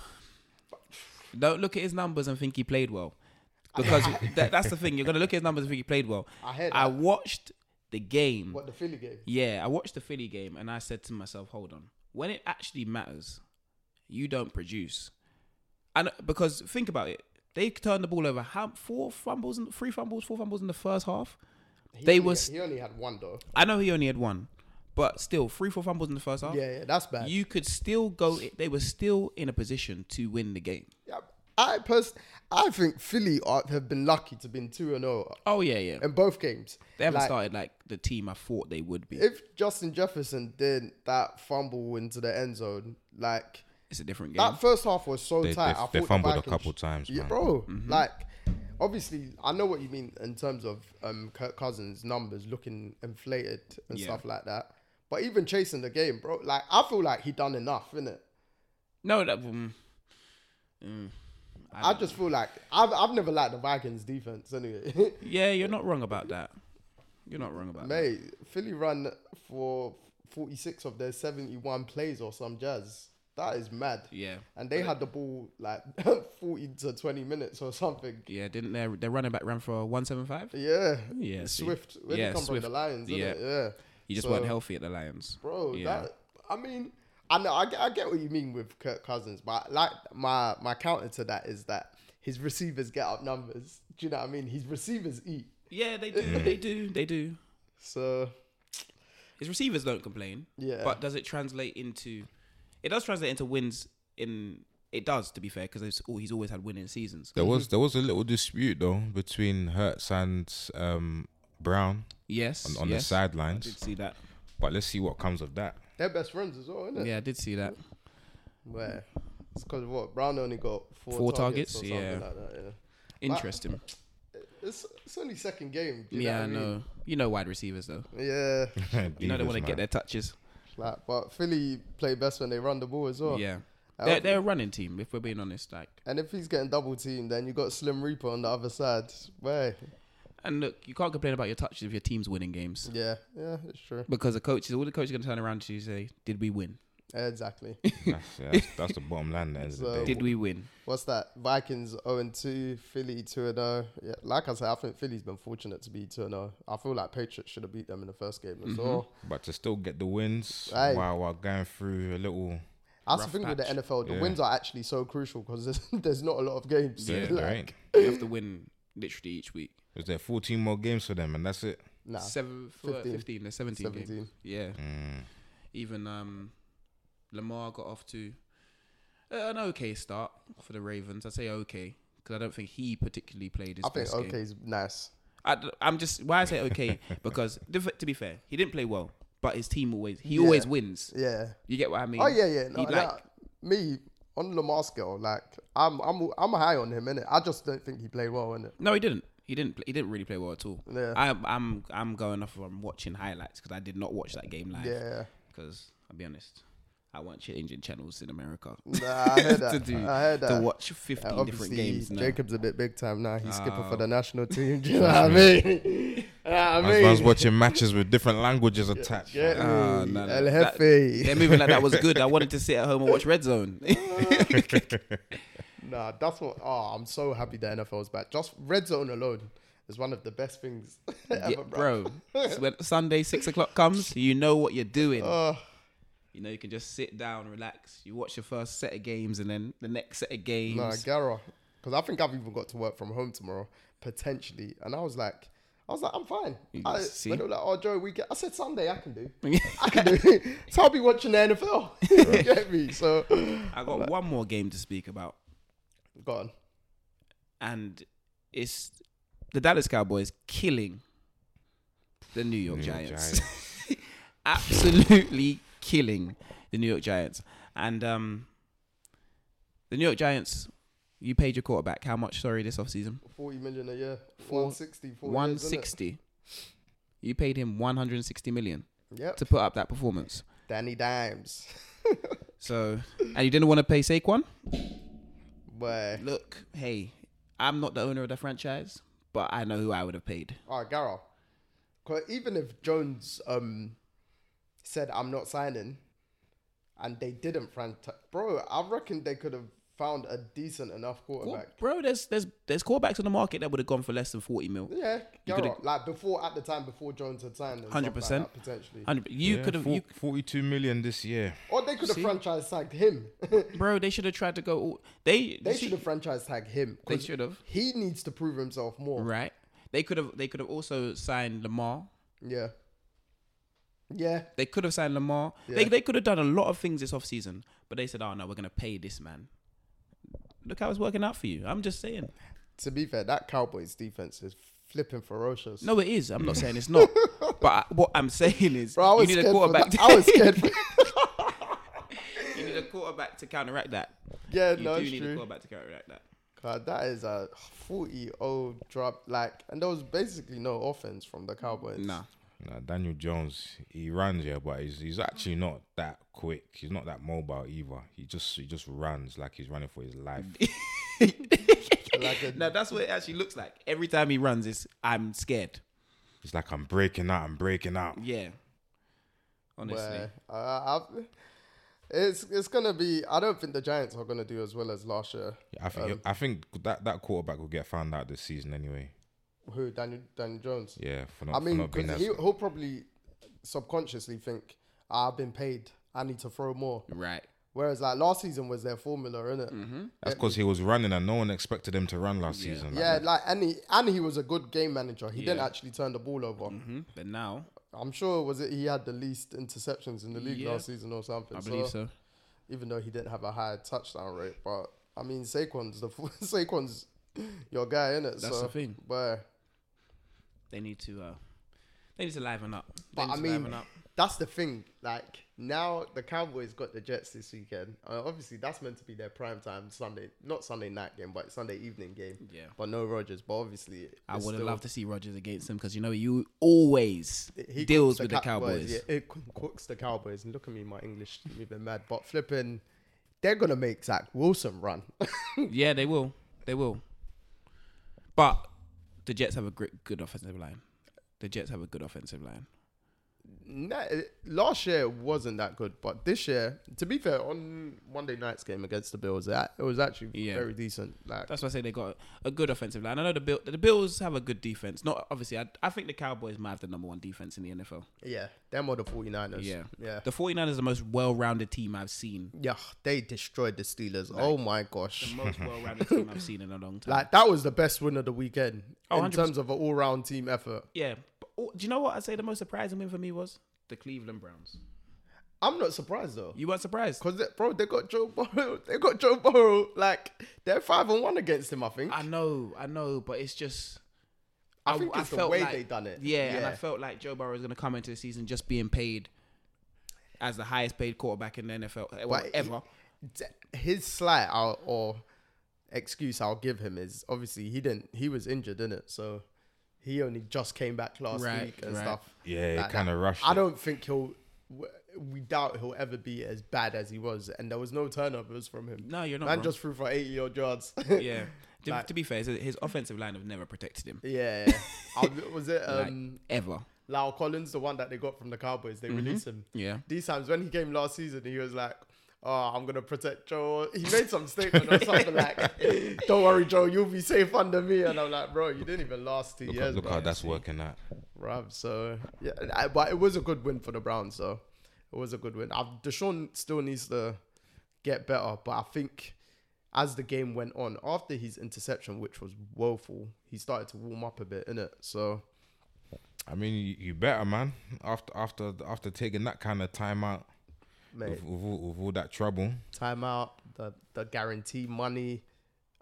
C: Don't look at his numbers and think he played well,
A: [laughs]
C: because that, that's the thing. You're gonna look at his numbers and think he played well.
A: I heard
C: I
A: that.
C: watched the game.
A: what the Philly game?
C: Yeah, I watched the Philly game and I said to myself, hold on. When it actually matters, you don't produce. And uh, because think about it, they turned the ball over how four fumbles and three fumbles, four fumbles in the first half.
A: He
C: They
A: only-
C: was-
A: he only had one though.
C: I know he only had one, but still three, four fumbles in the first half.
A: Yeah, yeah, that's bad.
C: You could still go. They were still in a position to win the game.
A: Yeah, I pers- I think Philly are, have been lucky to been two and zero
C: Oh yeah, yeah.
A: in both games.
C: They haven't
A: Like,
C: started like the team I thought they would be.
A: If Justin Jefferson did that fumble into the end zone, like
C: it's a different game.
A: that first half was so
B: They-
A: tight. I
B: they- they
A: thought the
B: fumbled a
A: Vikings-
B: couple times,
A: yeah,
B: man.
A: bro. Like, obviously, I know what you mean in terms of um, Kirk Cousins' numbers looking inflated and
C: Yeah.
A: stuff like that. But even chasing the game, bro, like I feel like he done enough, innit?
C: no, that. mm, mm,
A: I, just feel like I've I've never liked the Vikings defense anyway. [laughs]
C: Yeah, you're not wrong about that. You're not wrong about that.
A: Mate, Philly ran for 46 of their 71 plays or some jazz. That is mad.
C: Yeah.
A: And they had the ball like [laughs] 40 to 20 minutes or something.
C: Yeah, didn't their their running back ran for one seven five?
A: Yeah.
C: Yeah, see.
A: Swift. Where yeah,
C: Yeah,
A: come
C: Swift.
A: from the Lions,
C: Yeah.
A: yeah. Yeah.
C: You just
A: So,
C: weren't healthy at the Lions,
A: Bro,
C: Yeah.
A: that I mean, I know I get, I get what you mean with Kirk Cousins, but like my my counter to that is that his receivers get outnumbers. Do you know what I mean? His receivers eat.
C: Yeah,
A: [laughs]
C: they do. they do. They do.
A: So
C: His receivers don't complain.
A: yeah,
C: But does it translate into? It does translate into wins. In it does, to be fair, because he's always had winning seasons.
B: There was there was a little dispute though between Hertz and um, Brown
C: yes,
B: on, on
C: yes.
B: the
C: I
B: sidelines,
C: did see that.
B: but let's see what comes of that. [laughs]
A: they're best friends as well, isn't it?
C: [laughs] Yeah, I did see that.
A: Where it's because what Brown only got four,
C: Four
A: targets,
C: targets,
A: or something
C: yeah.
A: like that. Yeah.
C: Interesting.
A: It's, it's only second game. do you
C: yeah, I
A: know what
C: know. You know wide receivers though.
A: I mean? Yeah,
C: You know they
B: Divas,
C: want to
B: man.
C: get their touches.
A: like, but Philly play best when they run the ball as well.
C: Yeah,
A: I
C: they're,
A: hope-
C: they're a running team. If we're being honest, like,
A: And if he's getting double teamed, then you got Slim Reaper on the other side. Where?
C: and look, you can't complain about your touches if your team's winning games
A: Yeah, yeah, it's true.
C: because the coaches, all the coaches, are gonna turn around to you and say, "Did we win? [laughs]
A: Exactly.
B: That's, yeah, that's, that's the bottom line. At the end of
A: So-
B: the day.
C: Did we win?"
A: What's that? Vikings 0 2, Philly 2 0. Yeah, like I said, I think Philly's been fortunate to be 2 0. I feel like Patriots should have beat them in the first game as
C: Mm-hmm.
A: well.
B: But to still get the wins
A: Aye.
B: while while going through a little,
A: I also
C: Rough
A: think with
C: patch.
A: the NFL, the
B: Yeah.
A: wins are actually so crucial because there's, [laughs] there's not a lot of games.
B: yeah,
A: [laughs] Like,
B: there ain't.
C: You have to win literally each week.
B: Is there 14 more games for them and that's it?
A: Nah,
C: Seven, four,
A: 15.
C: 15. they're 17, games.
A: 17.
C: Yeah,
B: Mm.
C: even um, Lamar got off to uh, an okay start for the Ravens. I say okay because I don't think he particularly played his
A: I
C: best
A: think okay
C: game.
A: is nice.
C: I, am just why I say okay because dif- to be fair, he didn't play well, but his team always he always
A: Yeah.
C: wins.
A: Yeah.
C: You get what I mean?
A: Oh yeah, yeah. No,
C: He'd
A: no,
C: like-
A: me on Lamar scale, like I'm, I'm, I'm high on him, innit? I just don't think he played well, innit?
C: No, he didn't. He didn't. Play, he didn't really play well at all.
A: Yeah.
C: I, I'm I'm going off from watching highlights because I did not watch that game live.
A: Yeah.
C: Because I'll be honest, I weren't changing channels in America.
A: Nah,
C: [laughs]
A: I heard that.
C: to do
A: I heard
C: to
A: that.
C: watch 15
A: Uh,
C: different
A: obviously,
C: games now.
A: Jacob's a bit big time now. He's skipper for
C: Oh.
A: the national team.
C: [laughs]
A: Do you know what I mean? [laughs] You know what I
B: Man's- man's
A: mean,
B: watching matches with different languages attached.
A: get me.
C: Ah, no, no.
A: El
C: That-
A: Jefe.
C: They're moving like that was good. I wanted to sit at home and watch Red Zone. [laughs]
A: Nah, that's what. Oh, I'm so happy the NFL's back. Just red zone alone is one of the best things [laughs] ever,
C: Yeah, bro, So when Sunday six o'clock comes, you know what you're doing.
A: Oh,
C: You know you can just sit down, relax. You watch your first set of games, and then the next set of games.
A: nah, Gara. Because I think I've even got to work from home tomorrow potentially, and I was like. I was like, I'm fine. I,
C: see?
A: when they were like, oh, Joe, we get. I said Sunday, I
C: [laughs]
A: can do. I can do. [laughs] so I'll be watching the NFL. [laughs] you get me? So,
C: I got one more game to speak about,
A: go on.
C: and it's the Dallas Cowboys killing the New York
B: New York
C: Giants. [laughs] Absolutely killing the New York Giants. And um, the New York Giants, you paid your quarterback how much, sorry, this offseason?
A: 40 million a year.
C: Four-
A: 160. 40
C: 160. You paid him 160 million
A: Yep.
C: to put up that performance.
A: Danny Dimes.
C: So, and you didn't want to pay Saquon?
A: Where?
C: Look, hey, I'm not the owner of the franchise, but I know who I would have paid.
A: Oh, Garrow. 'Cause Even if Jones um said, I'm not signing, and they didn't, franchise, bro, I reckon they could have found a decent enough quarterback.
C: Bro, there's there's there's quarterbacks on the market that would have gone for less than 40 mil.
A: Yeah,
C: You
A: Garrow.
C: could've-
A: Like before, at the time, before Jones had signed. and stuff like
C: 100%.
A: that, Potentially.
C: 100 You
B: Yeah,
C: could have
B: four-
C: you
B: 42 million this year.
A: Or they could have
C: See?
A: franchise tagged him.
C: Bro, they should have tried to go. All, they
A: they
C: you see-
A: should have franchise tagged him.
C: They
A: 'cause
C: should have.
A: He needs to prove himself more.
C: right. They could have. They could have also signed Lamar.
A: Yeah. Yeah.
C: They could have signed Lamar. They
A: Yeah.
C: they could have done a lot of things this offseason, but they said, "Oh no, we're gonna pay this man." Look how it's working out for you. I'm just saying.
A: To be fair, that Cowboys defense is flipping ferocious.
C: No, it is. I'm not saying it's
A: [laughs]
C: not. But I, what I'm saying is,
A: bro, I was
C: [laughs] you need
A: scared.
C: a
A: For
C: quarterback.
A: that.
C: To,
A: I was scared. For,
C: you need a quarterback to counteract that.
A: yeah, [laughs]
C: You
A: no,
C: do
A: it's
C: need a
A: true.
C: quarterback to counteract that.
A: God, that is a forty-old drop. Like, and there was basically no offense from the Cowboys.
C: Nah.
B: Nah, Daniel Jones, he runs yeah, but he's he's actually not that quick. He's not that mobile either. He just he just runs like he's running for his
C: [laughs]
B: life.
A: Like a-
C: No, that's what it actually looks like. Every time he runs, it's I'm scared.
B: It's like I'm breaking out, I'm breaking out.
C: Yeah. [laughs] Honestly.
A: where, uh, I've- it's it's gonna be. I don't think the Giants are gonna do as well as last year.
B: I think
A: Um,
B: I think that, that quarterback will get found out this season anyway.
A: Who Daniel Daniel Jones?
B: Yeah, for not,
A: I
B: for
A: mean,
B: not being
A: 'cause
B: as
A: he, he'll probably subconsciously think I've been paid. I need to throw more.
C: Right.
A: Whereas like last season was their formula, innit? Mm-hmm.
B: That's because he was running and no one expected him to run last season.
A: Yeah,
B: Like,
A: like and he and he was a good game manager. He didn't
C: Yeah.
A: actually turn the ball over.
C: hmm But now,
A: I'm sure was it he had the least interceptions in the league
C: Yeah.
A: last season or something.
C: I believe so.
A: Even though he didn't have a high touchdown rate, but I mean Saquon's the [laughs] Saquon's your guy, innit?
C: That's
A: so,
C: the thing.
A: But
C: They need to. Uh, they need to liven up. They
A: But
C: need
A: I
C: to
A: mean,
C: liven up.
A: that's the thing. Like now, the Cowboys got the Jets this weekend. Uh, obviously, that's meant to be their prime time Sunday, not Sunday night game, but Sunday evening game.
C: Yeah.
A: But no Rogers. But obviously,
C: I
A: it's
C: would have
A: still-
C: loved to see Rogers against them because you know you always
A: he
C: deals
A: cooks
C: with the Cowboys.
A: Yeah, it co- cooks the Cowboys. And look at me, my English [laughs] even mad. But flipping, they're gonna make Zach Wilson run. [laughs]
C: Hmm. Yeah. they will. They will. But the Jets have a great, good offensive line. The Jets have a good offensive line.
A: Nah, it- last year wasn't that good, but this year, to be fair, on Monday night's game against the Bills, that it was actually
C: Yeah.
A: very decent. Like
C: That's why I say they got a good offensive line. I know the Bill, the Bills have a good defense. Not obviously. I, I think the Cowboys might have the number one defense in the NFL.
A: Yeah, them or the 49ers.
C: Yeah.
A: Yeah.
C: The 49ers are the most well-rounded team
A: [laughs]
C: I've seen.
A: yeah, they destroyed the Steelers. oh my gosh.
C: Most well-rounded team I've seen in a long time.
A: Like that was the best win of the weekend
C: Oh,
A: in
C: 100%.
A: terms of an all-round team effort.
C: yeah. But, oh, do you know what I'd say the most surprising win for me was? The Cleveland Browns.
A: I'm not surprised though.
C: You weren't surprised?
A: Cause they, bro, they got Joe Burrow. [laughs] They got Joe Burrow. Like they're five and one against him. I think.
C: I know, I know, but it's just.
A: I think it's the way they done it.
C: Yeah, and
A: Yeah.
C: I felt like Joe Burrow was going to come into the season just being paid as the highest paid quarterback in the NFL eh, well,
A: But he-
C: ever.
A: D- His slight I'll, or excuse I'll give him is obviously he didn't. He was injured, didn't it? So he only just came back last
C: Right,
A: week and
C: right.
A: stuff.
B: Yeah, he
A: Like,
B: kinda
A: I-
B: rushed
A: I
B: it.
A: don't think he'll. w- We doubt he'll ever be as bad as he was, and there was no turnovers from him.
C: No, you're not
A: Man
C: wrong.
A: just threw for eighty odd yards. [laughs]
C: yeah. To,
A: Like-
C: to be fair, his- his offensive line have never protected him. [laughs]
A: yeah. yeah. I, was it
C: Like,
A: um
C: ever.
A: Lyle Collins, the one that they got from the Cowboys?
C: Mm-hmm.
A: They released him.
C: Yeah.
A: these times when he came last season, he was like, "Oh, I'm gonna protect Joe." He made some statement or something like, "Don't worry, Joe, you'll be safe under me." And I'm like, "Bro, you didn't even last two
B: look,
A: years,
B: look
A: bro.
B: how that's working out.
A: Bruv, So yeah, I- but it was a good win for the Browns. So it was a good win. i Deshaun still needs to get better, but I think as the game went on, after his interception, which was woeful, he started to warm up a bit in it. So
B: I mean, you, you better, man. After after after taking that kind of time out
A: mate,
B: with, with, all, with all that trouble,
A: timeout, the the guarantee money.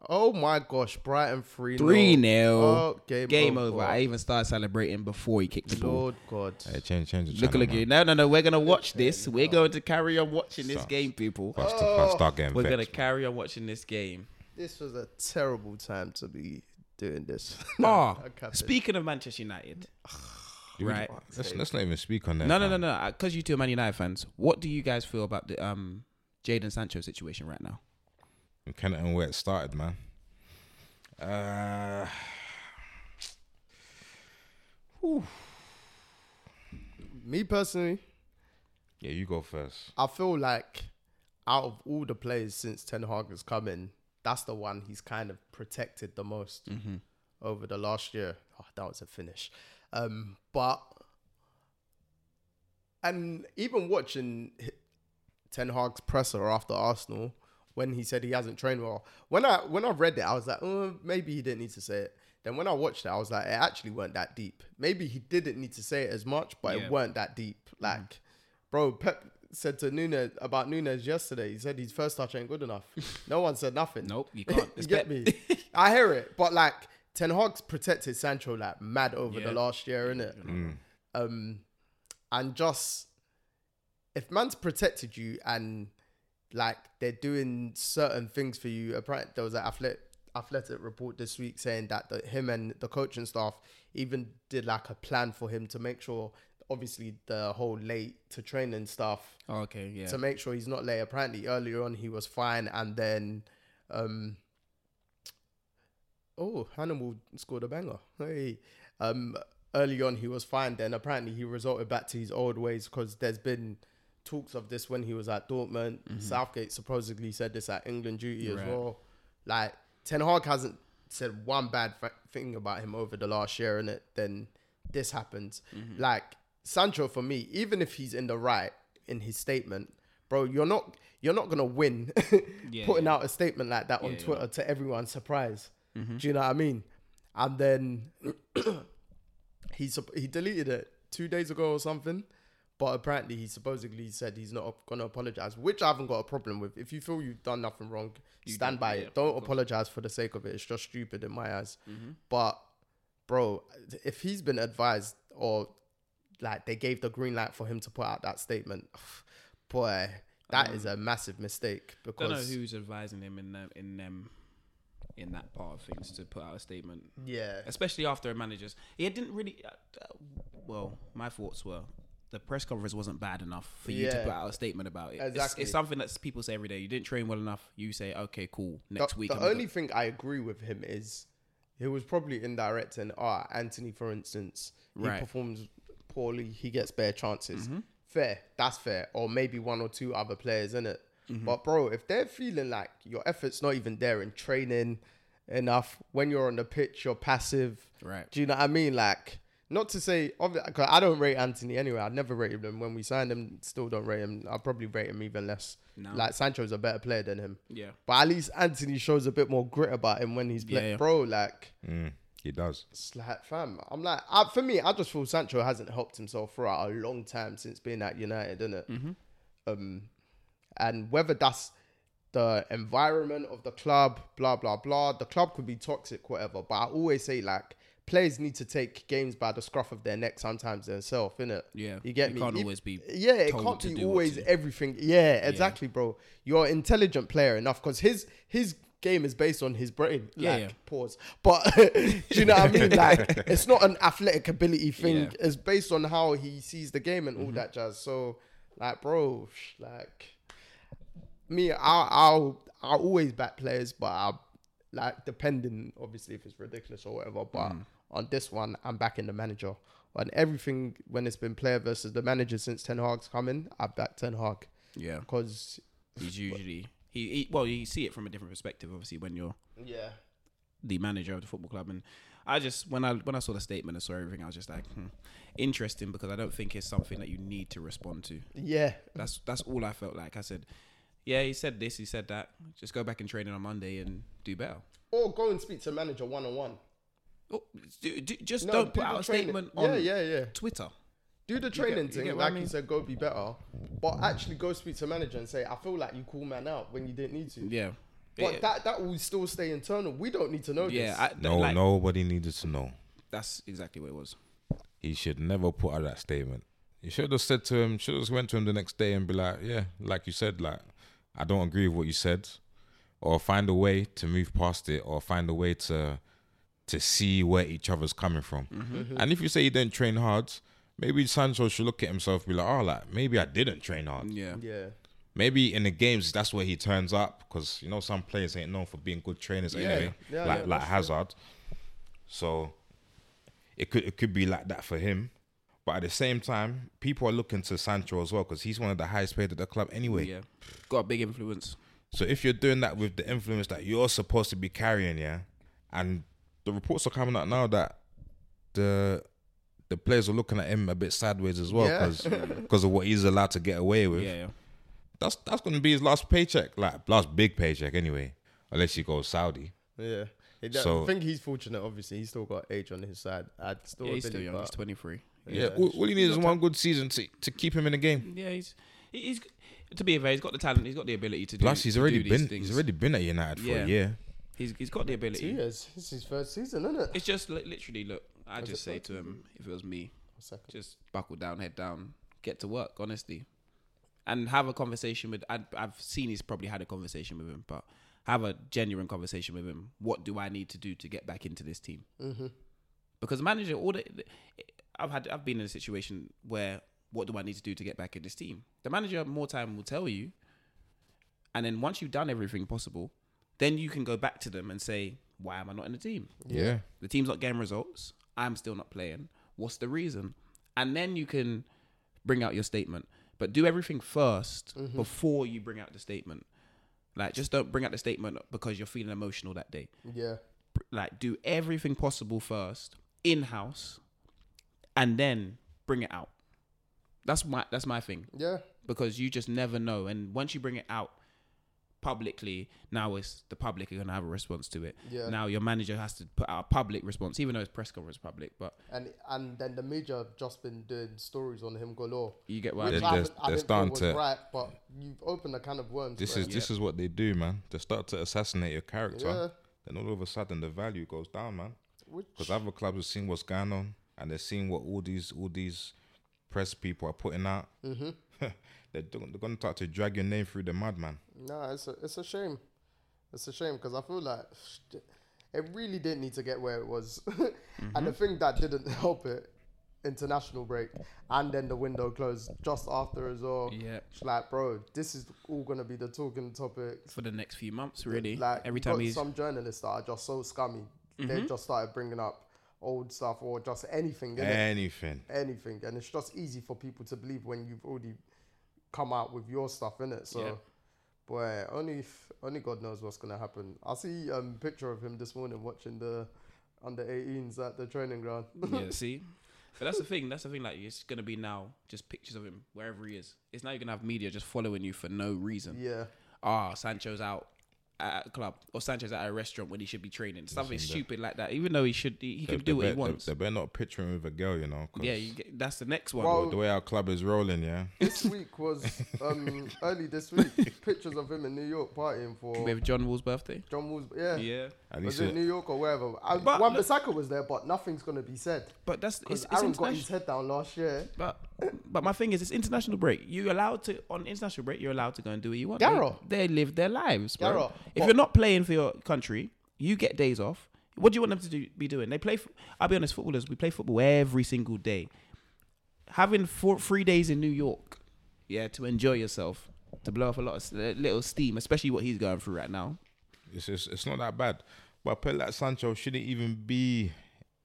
A: Oh my gosh, Brighton three
C: 3 0.
A: Oh, game,
C: Game over. eh? I even started celebrating before he kicked the ball.
A: Lord God.
B: hey, change change the
C: Look,
B: channel,
C: look,
B: man.
C: you. No, no, no. We're going to watch this. We're going to carry on watching this game, people.
B: If I st- if I start getting
C: We're going to
B: vexed,
C: carry on watching
A: [laughs]
C: this game.
A: This was a terrible time to be doing this. [laughs]
C: Ah,
A: I can't say-
C: speaking of
A: [sighs]
C: Manchester United,
B: Do we-
C: right?
B: Let's, let's not even speak on that.
C: No, no,
B: man.
C: no, no. Because you two are Man United fans, what do you guys feel about the um Jaden Sancho situation right now?
B: I'm kind of where it started, man. Uh,
A: Me personally,
B: yeah, you go first.
A: I feel like out of all the players since Ten Hag has come in, that's the one he's kind of protected the most over the last year. Oh, that was a finish. Um, but and even watching hi- Ten Hag's presser after Arsenal when he said he hasn't trained well. When I when I read it, I was like, oh, maybe he didn't need to say it. Then when I watched it, I was like, it actually weren't that deep. Maybe he didn't need to say it as much, but
C: Yeah.
A: it weren't that deep. Like, bro, Pep said to Nunez about Nunez yesterday. He said his first touch ain't good enough. no one said nothing.
C: Nope, you
A: [laughs]
C: can't.
A: you
C: It's
A: get
C: Pep. [laughs]
A: me? I hear it, but like Ten Hag's protected Sancho like mad over
C: Yeah.
A: the last year, innit?
B: Mm,
A: Um, and just if man's protected you and like they're doing certain things for you. Apparently, there was an athletic athletic report this week saying that the, him and the coaching staff even did like a plan for him to make sure, obviously, the whole late to training stuff
C: Oh, okay, yeah.
A: to make sure he's not late. Apparently, earlier on he was fine, and then, um, oh, Hannibal scored a banger. Hey, um, early on he was fine. Then apparently he resorted back to his old ways because there's been talks of this when he was at Dortmund. Southgate supposedly said this at England duty as
C: Mm-hmm. Right.
A: well. Like Ten Hag hasn't said one bad fa- thing about him over the last year, and it then this
C: Mm-hmm.
A: happens. Like Sancho for me, even if he's in the right in his statement, bro, you're not you're not gonna win [laughs]
C: Yeah,
A: putting
C: yeah.
A: out a statement like that on
C: Yeah, Mm-hmm. yeah.
A: Twitter to everyone's surprise. Do you know what I mean? And then he sup- he deleted it two days ago or something. But apparently, he supposedly said he's not going to apologize, which I haven't got a problem with. If you feel you've done nothing wrong, stand by
C: yeah,
A: it. Don't apologize for the sake of it. It's just stupid in my eyes.
C: Mm-hmm.
A: But, bro, if he's been advised or like they gave the green light for him to put out that statement, [sighs] boy, that is a massive mistake
C: I Um, don't know
A: because
C: who's advising him in them in them in that part of things to put out a statement,
A: yeah,
C: especially after a manager's. He didn't really. Uh, uh, well, my thoughts were the press conference wasn't bad enough for you to
A: Yeah.
C: put out a statement about it. It's- It's,
A: Exactly.
C: something that people say every day. You didn't train well enough. You say, okay, cool. Next
A: the,
C: week.
A: the
C: I'm gonna-
A: only thing I agree with him is he was probably indirect and ah, Anthony, for instance, he
C: Right. Mm-hmm.
A: performs poorly, he gets bare chances. Fair, that's fair. Or maybe one or two other players in it.
C: Mm-hmm.
A: But bro, if they're feeling like your effort's not even there in training enough, when you're on the pitch, you're passive.
C: Right.
A: Do you know what I mean? Like, not to say, obvi- 'cause I don't rate Anthony anyway. I never rated him when we signed him. Still don't rate him. I probably rate him even less.
C: No.
A: Like Sancho's a better player than him.
C: Yeah.
A: But at least Anthony shows a bit more grit about him when he's playing.
C: Yeah.
A: Bro, like,
B: Mm, he does.
A: it's like, fam, I'm like, I, for me, I just feel Sancho hasn't helped himself throughout a long time since being at United, innit?
C: Mm-hmm.
A: Um, and whether that's the environment of the club, blah, blah, blah, the club could be toxic, whatever. But I always say, like, players need to take games by the scruff of their neck sometimes themselves, innit?
C: Yeah.
A: You get
C: You
A: me?
C: can't
A: If-
C: always be
A: Yeah, it
C: told
A: can't
C: to
A: be
C: do what
A: always
C: to do.
A: everything. Yeah, exactly, bro. You're an intelligent player enough because his his game is based on his brain. Like,
C: Yeah, yeah.
A: pause. But [laughs] do you know what I mean? Like it's not an athletic ability thing.
C: Yeah.
A: It's based on how he sees the game and all that jazz. So, like, bro, sh- like me, I I'll I always back players, but I like depending obviously if it's ridiculous or whatever. But on this one, I'm backing the manager. On everything when it's been player versus the manager since Ten Hag's coming, I've backed Ten Hag
C: Yeah.
A: because [laughs]
C: He's usually he, he. Well, you see it from a different perspective, obviously, when you're
A: yeah,
C: the manager of the football club and I just when I when I saw the statement and saw everything I was just like hmm, interesting because I don't think it's something that you need to respond to.
A: yeah,
C: That's that's all I felt like. I said, yeah, he said this, he said that. Just go back and train on Monday and do better.
A: or go and speak to the manager one on one.
C: Oh, do, do, just
A: No,
C: don't
A: do
C: put
A: the
C: out a
A: training.
C: statement
A: Yeah,
C: on
A: yeah, yeah.
C: Twitter.
A: Do the training
C: you
A: thing,
C: get what I
A: like
C: mean?
A: you said, go be better. But actually, go speak to the manager and say, I feel like you call man out when you didn't need to.
C: Yeah.
A: But
C: yeah,
A: that that will still stay internal. We don't need to know
C: yeah,
A: this.
C: I,
B: No,
C: like,
B: nobody needed to know.
C: That's exactly what it was.
B: He should never put out that statement. You should have said to him. Should have went to him the next day and be like, "Yeah, like you said, like I don't agree with what you said," or find a way to move past it, or find a way to to see where each other's coming from. And if you say you didn't train hard, maybe Sancho should look at himself and be like, "Oh, like maybe I didn't train hard."
C: Yeah.
A: yeah.
B: Maybe in the games that's where he turns up because you know some players ain't known for being good trainers anyway,
A: Yeah,
B: like
A: yeah,
B: like Hazard. So it could it could be like that for him, but at the same time, people are looking to Sancho as well because he's one of the highest paid at the club anyway.
C: Yeah. Got a big influence.
B: So if you're doing that with the influence that you're supposed to be carrying, yeah, and the reports are coming out now that the the players are looking at him a bit sideways as well
A: Yeah.
B: because of what he's allowed to get away with
C: Yeah, yeah.
B: that's that's gonna be his last paycheck, like last big paycheck anyway, unless he goes Saudi.
A: Yeah. He don't-
B: So-
A: I think he's fortunate, obviously. He's still got age on his side. I'd still
C: yeah he's
A: believe
C: still young.
A: that.
C: He's 23.
B: Yeah, all, all he needs is
A: He's
B: one good season to, to keep him in the game.
C: Yeah, he's he- he's to be fair, he's got the talent, he's got the ability to do.
B: Plus, he's
C: to
B: already
C: do these
B: been
C: things.
B: he's already been at United for
C: Yeah.
B: a year.
C: He's he's got the
A: Two
C: ability.
A: years. This is his first season, isn't it?
C: It's just li- literally look. I just say to him, if it was me,
A: Second.
C: just buckle down, head down, get to work, honestly, and have a conversation with. I'd, I've seen he's probably had a conversation with him, but have a genuine conversation with him. What do I need to do to get back into this team?
A: Mm-hmm.
C: Because the manager, all the, I've had, I've been in a situation where what do I need to do to get back in this team? The manager more time will tell you, and then once you've done everything possible, then you can go back to them and say, why am I not in the team?
B: Yeah.
C: The team's not getting results. I'm still not playing. What's the reason? And then you can bring out your statement. But do everything 1st before you bring out the statement. Like, just don't bring out the statement because you're feeling emotional that day.
A: Yeah.
C: Like, do everything possible first in house and then bring it out. That's my that's my thing
A: Yeah.
C: because you just never know. And once you bring it out publicly, now it's the public are gonna have a response to it.
A: Yeah.
C: Now your manager has to put out a public response, even though it's press conference public. But
A: And and then the media have just been doing stories on him galore.
C: you get
A: Which
C: what I
B: Yeah.
C: mean.
A: I,
B: they're-
A: haven't- I
B: they're
A: didn't
B: starting
A: feel was
B: to-
A: right, but you've opened a can of worms.
B: This
A: bro.
B: is this is what they do, man. They start to assassinate your character,
A: Yeah.
B: then all of a sudden the value goes down, man.
A: Which-
B: Because other clubs are seeing what's going on and they're seeing what all these all these press people are putting out. Mm-hmm. [laughs] they're doing- they're gonna start to drag your name through the mud, man.
A: No, it's a, it's a shame. It's a shame because I feel like it really didn't need to get where it was. [laughs] And the thing that didn't [laughs] help it, international break, and then the window closed just after as well.
C: Yeah.
A: It's like, bro, this is all gonna be the talking topic.
C: For the next few months, really.
A: Like
C: Every
A: you
C: time
A: got
C: he's
A: some journalists that are just so scummy, they just started bringing up old stuff or just anything. innit?
B: Anything.
A: anything, and it's just easy for people to believe when you've already come out with your stuff in it. So,
C: Yeah.
A: boy, only if, only God knows what's gonna happen. I see um, picture of him this morning watching the under 18s at the training ground. [laughs]
C: yeah, see? But that's the thing. That's the thing. Like, it's gonna be now just pictures of him wherever he is. It's now you're gonna have media just following you for no reason.
A: yeah,
C: Ah, Sancho's out at a club, or Sancho's at a restaurant when he should be training. Something stupid like that. Even though he should, he, he can
B: They-
C: do
B: they
C: what he
B: bet- they-
C: wants.
B: They, better not picture him with a girl, you know. 'cause
C: yeah, you get, that's the next one.
A: Well-
B: the way our club is rolling, yeah.
A: this week was um,
C: [laughs]
A: early this week. Pictures of him in New York partying for
C: with John Wall's birthday.
A: John Woods. Yeah.
C: Yeah,
B: At
A: Was
B: least
A: it
B: it,
A: New York or wherever? And
C: But
A: Wan
C: look-
A: Bissaka was there, but nothing's gonna be said
C: but that's it's,
A: because
C: it's
A: Aaron got his
C: international.
A: head down last year.
C: But but my thing is, it's international break. You allowed to on international break. You're allowed to go and do what you want.
A: Garro.
C: they, they live their lives. Bro.
A: Garro,
C: if
A: but-
C: you're not playing for your country, you get days off. What do you want them to do, be doing? They play. f- I'll be honest, footballers. We play football every single day. Having four, three days in New York, yeah, to enjoy yourself, to blow off a lot of s- uh, little steam, especially what he's going through right now.
B: it's, it's it's not that bad. But a player like Sancho shouldn't even be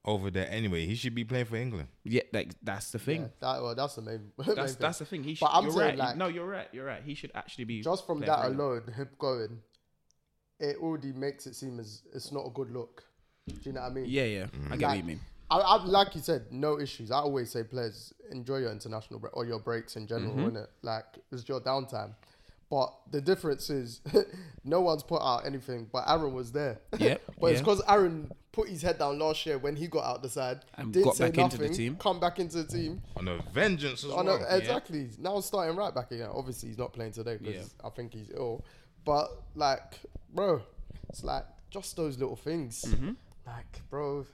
B: over there anyway. He should be playing for England.
C: Yeah, like that's the thing.
A: Yeah, that, well, that's the main. [laughs] main
C: That's
A: thing.
C: that's the thing. He should.
A: But I'm
C: you're
A: saying,
C: right.
A: like-
C: no, you're right. You're right. He should actually be
A: just from
C: playing
A: that
C: for England.
A: alone, him going, it already makes it seem as it's not a good look. Do you know what I mean?
C: Yeah, yeah. I get what you mean.
A: I, I, like you said, no issues. I always say, players, enjoy your international break or your breaks in general,
C: Mm-hmm.
A: innit? Like, it's your downtime. But the difference is, [laughs] no one's put out anything, but Aaron was there.
C: Yep,
A: [laughs] but it's
C: [laughs] yeah.
A: because Aaron put his head down last year when he got out the side,
C: And
A: didn't
C: got
A: say
C: back into
A: nothing,
C: the team.
A: come back into the team.
B: On a vengeance as
A: Oh, no,
B: well.
A: exactly. Now starting right back again. Obviously, he's not playing today because
C: Yeah.
A: I think he's ill. But like, bro, it's like just those little things.
C: Mm-hmm.
A: Like, bro,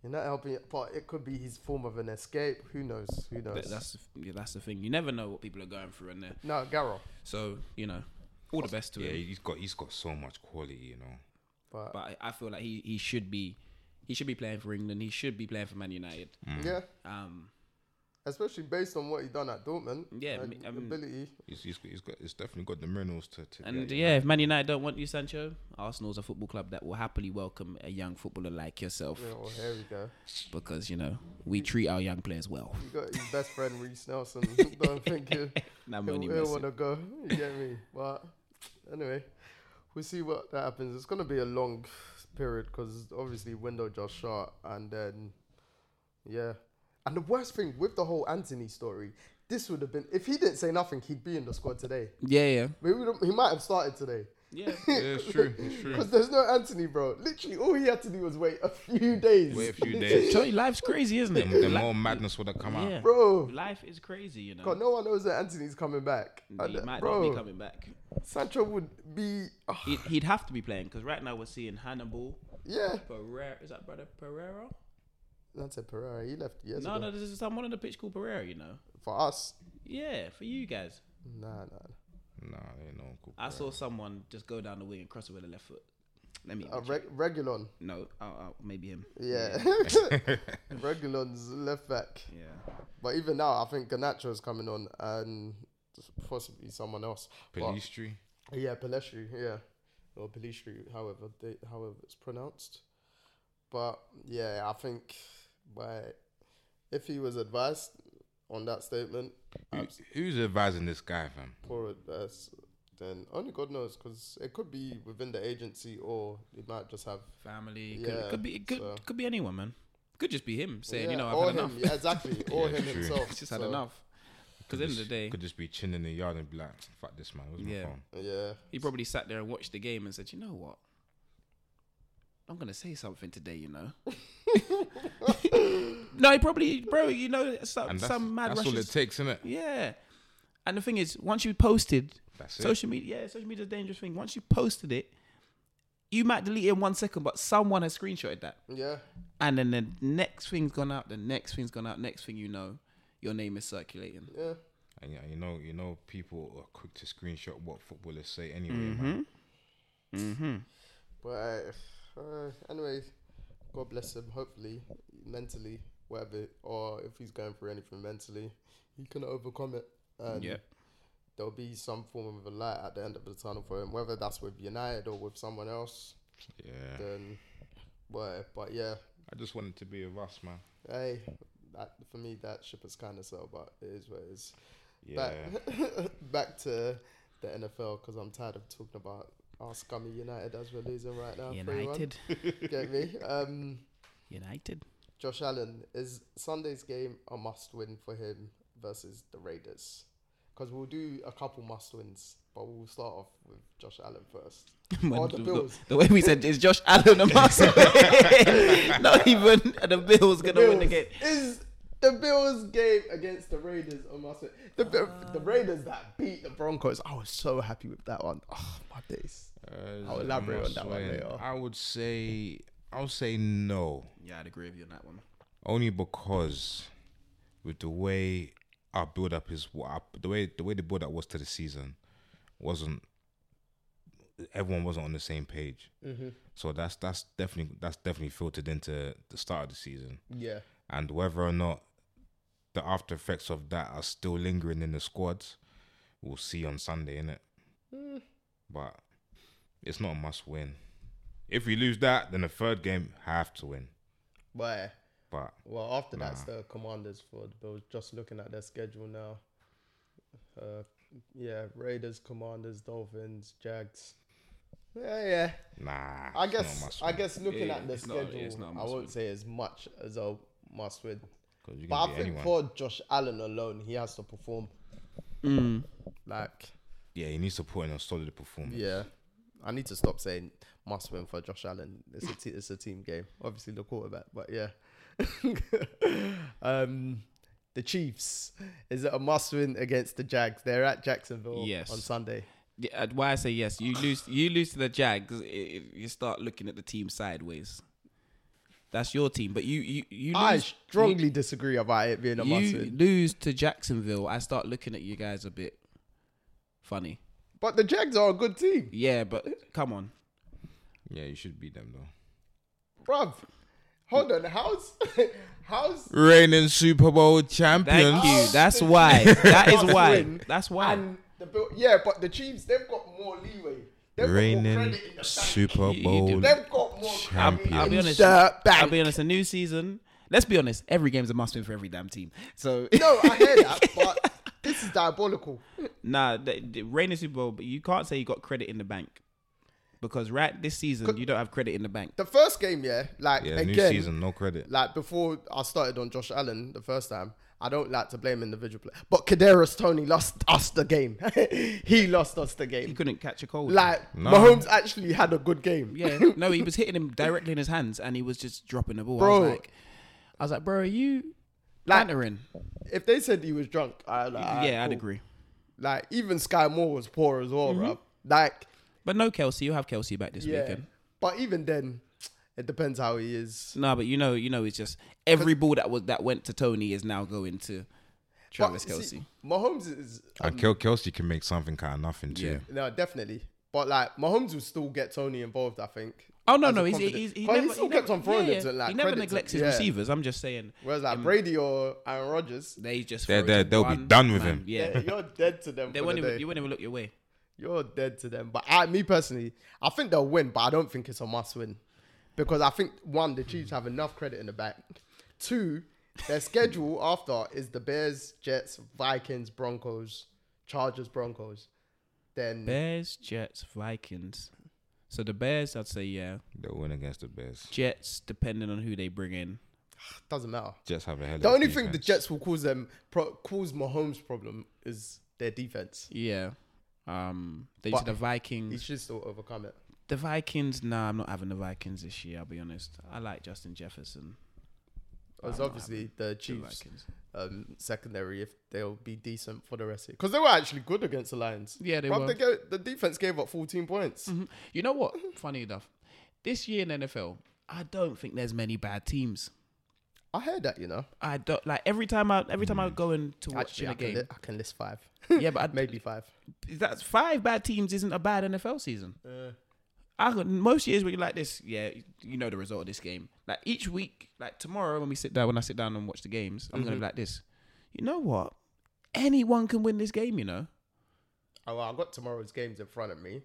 A: you're not helping. it, But it could be his form of an escape. Who knows? Who knows?
C: That, that's the- yeah, that's the thing. You never know what people are going through in there.
A: no, Garrow.
C: So you know, all the best to
B: Yeah,
C: him.
B: he's got he's got so much quality, you know.
A: But,
C: But I I feel like he, he should be he should be playing for England. He should be playing for Man United.
A: yeah,
C: Um,
A: especially based on what he done at Dortmund.
C: Yeah,
A: and
C: me- I mean-
A: ability.
B: He's he's, he's got he's definitely got the minerals to, to
C: and
B: get, you
C: yeah, if Man United don't want you, Sancho, Arsenal's a football club that will happily welcome a young footballer like yourself
A: Yeah, well, Oh, here we go.
C: because you know we treat our young players well.
A: You got his best friend Reese Nelson. [laughs] Don't
C: [laughs]
A: think you.
C: Nah, I'm
A: He'll,
C: only
A: he'll
C: messing.
A: want to go. You get me?
B: [laughs]
A: But anyway, we'll see what that happens. It's going to be a long period because obviously window just shut and then, yeah. And the worst thing with the whole Anthony story, this would have been if he didn't say nothing, he'd be in the squad today.
C: Yeah, yeah,
A: We would've- he might have started today
C: yeah. [laughs]
B: know. Yeah, it's true. It's true.
A: because there's no Anthony, bro. Literally, all he had to do was wait a few days,
B: Wait a [laughs] few days.
C: Tony, life's crazy, isn't
B: and the
C: it?
B: more madness would have come
C: yeah.
B: out.
A: bro.
C: Life is crazy, you know.
A: God, no one knows that Anthony's coming back.
B: Hmm.
A: And,
C: he
A: uh,
C: might
A: bro,
C: not be coming back.
A: Sancho would be, oh,
C: He'd, he'd have to be playing because right now we're seeing Hannibal
A: yeah.
C: Pereira. Is that brother Pereira?
A: That's a Pereira. He left years
C: No,
A: ago.
C: no, this is someone on the pitch called Pereira. You know,
A: For us,
C: yeah, for you guys.
A: Nah, nah.
B: Nah, ain't no uncle.
C: I saw someone just go down the wing and cross it with the left foot. Let me
A: Uh, Reg- Regulon.
C: no, oh, oh, maybe him.
A: Yeah. [laughs] Regulon's left back.
C: Yeah,
A: But even now, I think Ganacho's coming on and possibly someone else. But-
B: Palistri.
A: yeah, Pelestri. Yeah. Or Pelestri, however, they, however it's pronounced. But yeah, I think by, if he was advised on that statement,
B: Who, who's advising this guy, fam?
A: poor advice, then only God knows because it could be within the agency or it might just have
C: family.
A: Yeah,
C: could, could be it could
A: so-
C: could be anyone, man. Could just be him saying, you
A: Yeah,
C: know, I've
A: or
C: had
A: him,
C: enough. [laughs]
A: Yeah, exactly. Or
B: Yeah,
A: him
B: true.
A: himself.
C: Just had
A: So,
C: enough.
B: could
C: Because end of
B: just-
C: the day,
B: could just be chilling in the yard and be like, "Fuck this man." Where's my
C: Yeah.
B: phone?
A: Yeah.
C: he probably sat there and watched the game and said, "You know what? I'm gonna say something today." You
A: [laughs]
C: know. [laughs] no, he probably, bro. You know, some,
B: And that's,
C: some mad
B: that's all it
C: rushes.
B: takes, innit?
C: Yeah. And the thing is, once you posted,
B: That's it.
C: social media, yeah, social media is a dangerous thing. Once you posted it, you might delete it in one second, but someone has screenshotted that.
A: Yeah.
C: And then the next thing's gone out, the next thing's gone out, next thing you know, your name is circulating.
A: Yeah.
B: And yeah, you know, you know, people are quick to screenshot what footballers say anyway.
A: Mm-hmm.
B: Man.
A: But uh, [sighs] uh, anyway, God bless him. Hopefully, mentally, whatever, or if he's going through anything mentally, he can overcome it. And
C: Yeah.
A: there'll be some form of a light at the end of the tunnel for him, whether that's with United or with someone else.
B: Yeah,
A: Then, but but yeah,
B: I just wanted to be with us, man.
A: hey, that, for me that ship is kind of so, but it is what it is.
B: Yeah, Uh,
A: Back, [laughs] back to the NFL because I'm tired of talking about our scummy United as we're losing right now. 3-1.
C: United.
A: [laughs] Get me? Um,
C: United. [laughs]
A: Josh Allen, is Sunday's game a must win for him versus the Raiders? Because we'll do a couple must wins, but we'll start off with Josh Allen first.
C: Man,
A: Or the
C: the,
A: Bills.
C: the way we said is Josh
A: [laughs]
C: Allen a must win. [laughs] Not even the Bills gonna win the
A: Bills.
C: game.
A: Is the Bills game against the Raiders a must win? The, Bi- the Raiders that beat the Broncos. I was so happy with that one. Oh, my days.
B: Uh,
A: I'll elaborate on
B: must
A: that one
B: win.
A: later.
B: I would say, I would say no,
C: Yeah, I'd agree with you on that one.
B: only because with the way our build up is, what our, the way the way the build up was to the season wasn't. Everyone wasn't on the same page,
A: Mm-hmm.
B: so that's that's definitely that's definitely filtered into the start of the season.
A: Yeah.
B: and whether or not the after effects of that are still lingering in the squads, we'll see on Sunday, innit?
A: Mm.
B: But it's not a must win. If we lose that, then the third game have to win.
A: But,
B: But
A: well, after that's the commanders for the Bills. Just looking at their schedule now. Uh, yeah, Raiders, Commanders, Dolphins, Jags. Yeah, yeah.
B: nah,
A: I
B: it's not a
A: guess
B: must
A: I
B: win.
A: guess looking
C: Yeah,
A: at the
C: it's not- it's
A: schedule,
C: not a
A: I
C: must
A: won't
C: win.
A: say as much as a must win.
B: 'Cause you can
A: But I
B: beat
A: think
B: anyone.
A: for Josh Allen alone, he has to perform. Like,
B: yeah, he needs to put in a solid performance.
A: yeah, I need to stop saying must win for Josh Allen. It's a te- it's a team game. Obviously the quarterback, but yeah. [laughs] um, the Chiefs is it a must win against the Jags? They're at Jacksonville
C: Yes.
A: on Sunday.
C: Yeah, uh, why I say yes, you lose. You lose to the Jags. i- i you start looking at the team sideways. That's your team, but you you you lose.
A: I strongly disagree about it being a must
C: you
A: win.
C: lose to Jacksonville. I start looking at you guys a bit funny.
A: But the Jags are a good team,
C: Yeah, but come on.
B: Yeah, you should beat them though.
A: bruv. Hold on, how's [laughs] how's
B: Reigning Super Bowl
C: Thank
B: champions.
C: you. That's why.
A: [laughs]
C: That is
A: Must
C: why.
A: win.
C: That's why.
A: And the Bill, yeah, but the Chiefs they've got more leeway. They've got more
B: Reigning
A: credit in the bank.
B: Super
C: You- you
B: Bowl.
C: do.
A: They've got more
B: Champions.
A: credit
C: I'll be
A: in
C: honest.
A: the bank.
C: I'll be honest. A new season. Let's be honest. Every game's a must win for every damn team. So [laughs]
A: No, I hear that, but this is diabolical.
C: Nah, the, the reigning Super Bowl, but you can't say you got credit in the bank because right this season you don't have credit in the bank.
A: The first game, yeah, like
B: yeah, new
A: again,
B: season, no credit.
A: like before I started on Josh Allen the first time. I don't like to blame individual players, but Kadarius Tony lost us the game. [laughs] he lost us the
C: He
A: game.
C: couldn't catch a cold.
A: Like
B: No.
A: Mahomes actually had a good game. [laughs]
C: yeah, no, he was hitting him directly in his hands and he was just dropping the ball. I
A: Bro.
C: was like, I was like, bro, are you
A: Like-
C: bantering?
A: If they said he was drunk, I like, alright,
C: yeah, I'd
A: cool.
C: agree. Mm-hmm.
A: Like even Sky Moore was poor as well, bruv. Like
C: But no, Kelsey, you'll have Kelsey back this
A: yeah,
C: weekend.
A: but even then, it depends how he is.
C: No, but you know, you know, it's just every ball that was that went to Tony is now going to Travis
A: But, you
C: Kelsey.
A: see, Mahomes is
B: and Kel- Kelsey can make something out of nothing too.
C: Yeah.
A: no, definitely. But like Mahomes will still get Tony involved. I think.
C: Oh no,
A: As a
C: no, he's, he's,
A: confident-
C: he's he
A: But
C: never,
A: he still
C: he
A: kept
C: never-
A: on throwing
C: yeah,
A: it.
C: yeah.
A: To, like,
C: he never
A: credit to-
C: neglects his
A: yeah.
C: receivers. I'm just saying
A: Whereas like Brady or Aaron Rodgers,
C: they just
B: They're-
C: throw
B: they're-
C: to
B: they'll be
C: one
B: done with
C: man.
B: him.
C: Yeah,
A: yeah, [laughs] you're dead to them.
C: [laughs] They
A: for
C: won't
A: the
C: even
A: day.
C: you won't even look your way.
A: You're dead to them. But I, me personally, I think they'll win, but I don't think it's a must win. Because I think one, the Chiefs have enough credit in the back. Two, their schedule [laughs] after is the Bears, Jets, Vikings, Broncos, Chargers, Broncos. Then
C: Bears, Jets, Vikings. So the Bears, I'd say yeah.
B: They'll win against the Bears.
C: Jets, depending on who they bring in.
A: Doesn't matter.
B: Jets have a hell. of
A: The
B: a
A: only thing the
B: defense.
A: Jets will cause them pro- cause Mahomes problem is their defense.
C: Yeah. Um, they
A: But-
C: used the
A: He
C: Vikings.
A: should still overcome it.
C: The Vikings. Nah, I'm not having the Vikings this year. I'll be honest. I like Justin Jefferson.
A: As
C: I'm not
A: obviously the
C: The
A: Chiefs
C: Vikings.
A: um, secondary, if they'll be decent for the rest of it, because they were actually good against the Lions.
C: Yeah, they
A: Bruv,
C: were.
A: they gave- the defense gave up 14 points.
C: Mhm. You know what?
A: [laughs]
C: Funny enough, this year in NFL, I don't think there's many bad teams.
A: I heard that, you know.
C: I don't like every time I every time I go in to watch
A: Mm. Actually,
C: in
A: I
C: a
A: can,
C: game.
A: li- I can list five.
C: [laughs] Yeah, but
A: [laughs]
C: I,
A: Maybe five.
C: that's five bad teams isn't a bad NFL season.
A: Uh, oh,
C: I could, most years we like this. Yeah, you know the result of this game. Like each week, like tomorrow when we sit down, when I sit down and watch the games, I'm gonna be like this. You know what? Anyone can win this game. You know.
A: Oh, well, I got tomorrow's games in front of me.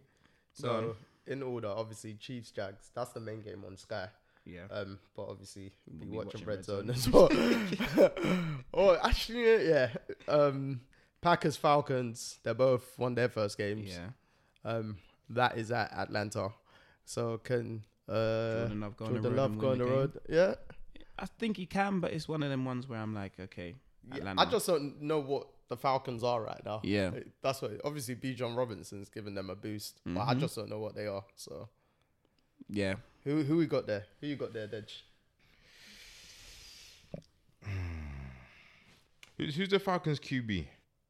A: So, in order, obviously, Chiefs, Jags. That's the main game on Sky.
C: Yeah.
A: Um, but obviously, we'll be,
C: be
A: watching,
C: watching
A: Red,
C: Red
A: Zone, as well. [laughs] oh, actually, yeah. Um, Packers, Falcons. They both won their first games.
C: yeah.
A: Um, that is at Atlanta. So can uh,
C: Jordan Love go on the
A: Jordan
C: road
A: Love
C: and
A: go on
C: win
A: the
C: the
A: road? Yeah.
C: I think he can, but it's one of them ones where I'm like, okay,
A: Yeah,
C: Atlanta.
A: I just don't know what the Falcons are right now.
C: Yeah.
A: Like, that's what. Obviously, B. John Robinson's given them a boost, but
C: Mm-hmm.
A: I just don't know what they are. So
C: yeah.
A: who who we got there? Who you got there, Dej?
B: Who's, who's the Falcons QB?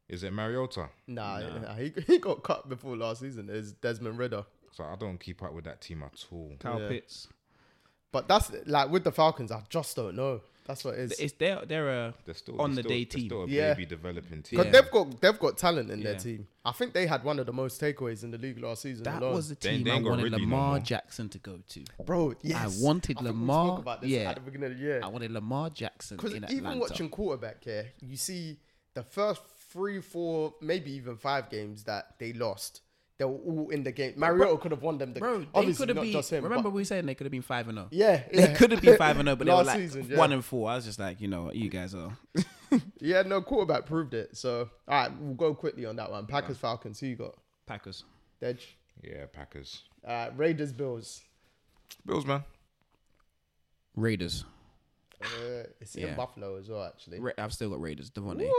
B: Is it Mariota?
A: Nah, nah, he [laughs] he got cut before last season. Is Desmond Ritter?
B: So I don't keep up with that team at all.
C: Kyle
A: Yeah.
C: Pitts.
A: But that's like with the Falcons, I just don't know. That's what it is.
C: It's they're they're a
B: They're still
C: On
B: they're
C: the
B: still-
C: day
B: they're
C: team.
B: Still a
A: Yeah.
B: baby developing team.
A: 'Cause
C: Yeah.
A: they've got they've got talent in their
C: Yeah.
A: team. I think they had one of the most takeaways in the league last season.
C: that
A: alone.
C: was the
B: They ain't-
C: team
B: they
C: I
B: ain't got
C: wanted
B: Ridley no
C: Lamar
B: more.
C: Jackson to go to.
A: bro. Yes,
C: wanted
A: I think we spoke
C: Lamar-
A: about this
C: yeah.
A: at the beginning of the year.
C: I wanted Lamar Jackson
A: Because
C: in
A: even
C: Atlanta.
A: watching quarterback here, you see the first three, four, maybe even five games that they lost, they were all in the game. Mariota could have won them. The,
C: Bro, they
A: obviously
C: could have
A: not
C: been.
A: just him.
C: remember
A: but-
C: we were saying they could have been five and zero.
A: yeah,
C: They
A: yeah.
C: could have been five and
A: [laughs]
C: zero, but they were
A: Last
C: like
A: season, yeah.
C: one and four. I was just like, you know what, you guys are.
A: yeah, no quarterback proved it. So all right, we'll go quickly on that one. Packers, Falcons. Who you got?
C: Packers.
A: Dej.
B: Yeah, Packers.
A: Uh, Raiders, Bills.
B: Bills, man.
C: Raiders.
A: Uh, it's in
C: Yeah.
A: Buffalo as well, actually.
C: Ra- I've still got Raiders. Devontae.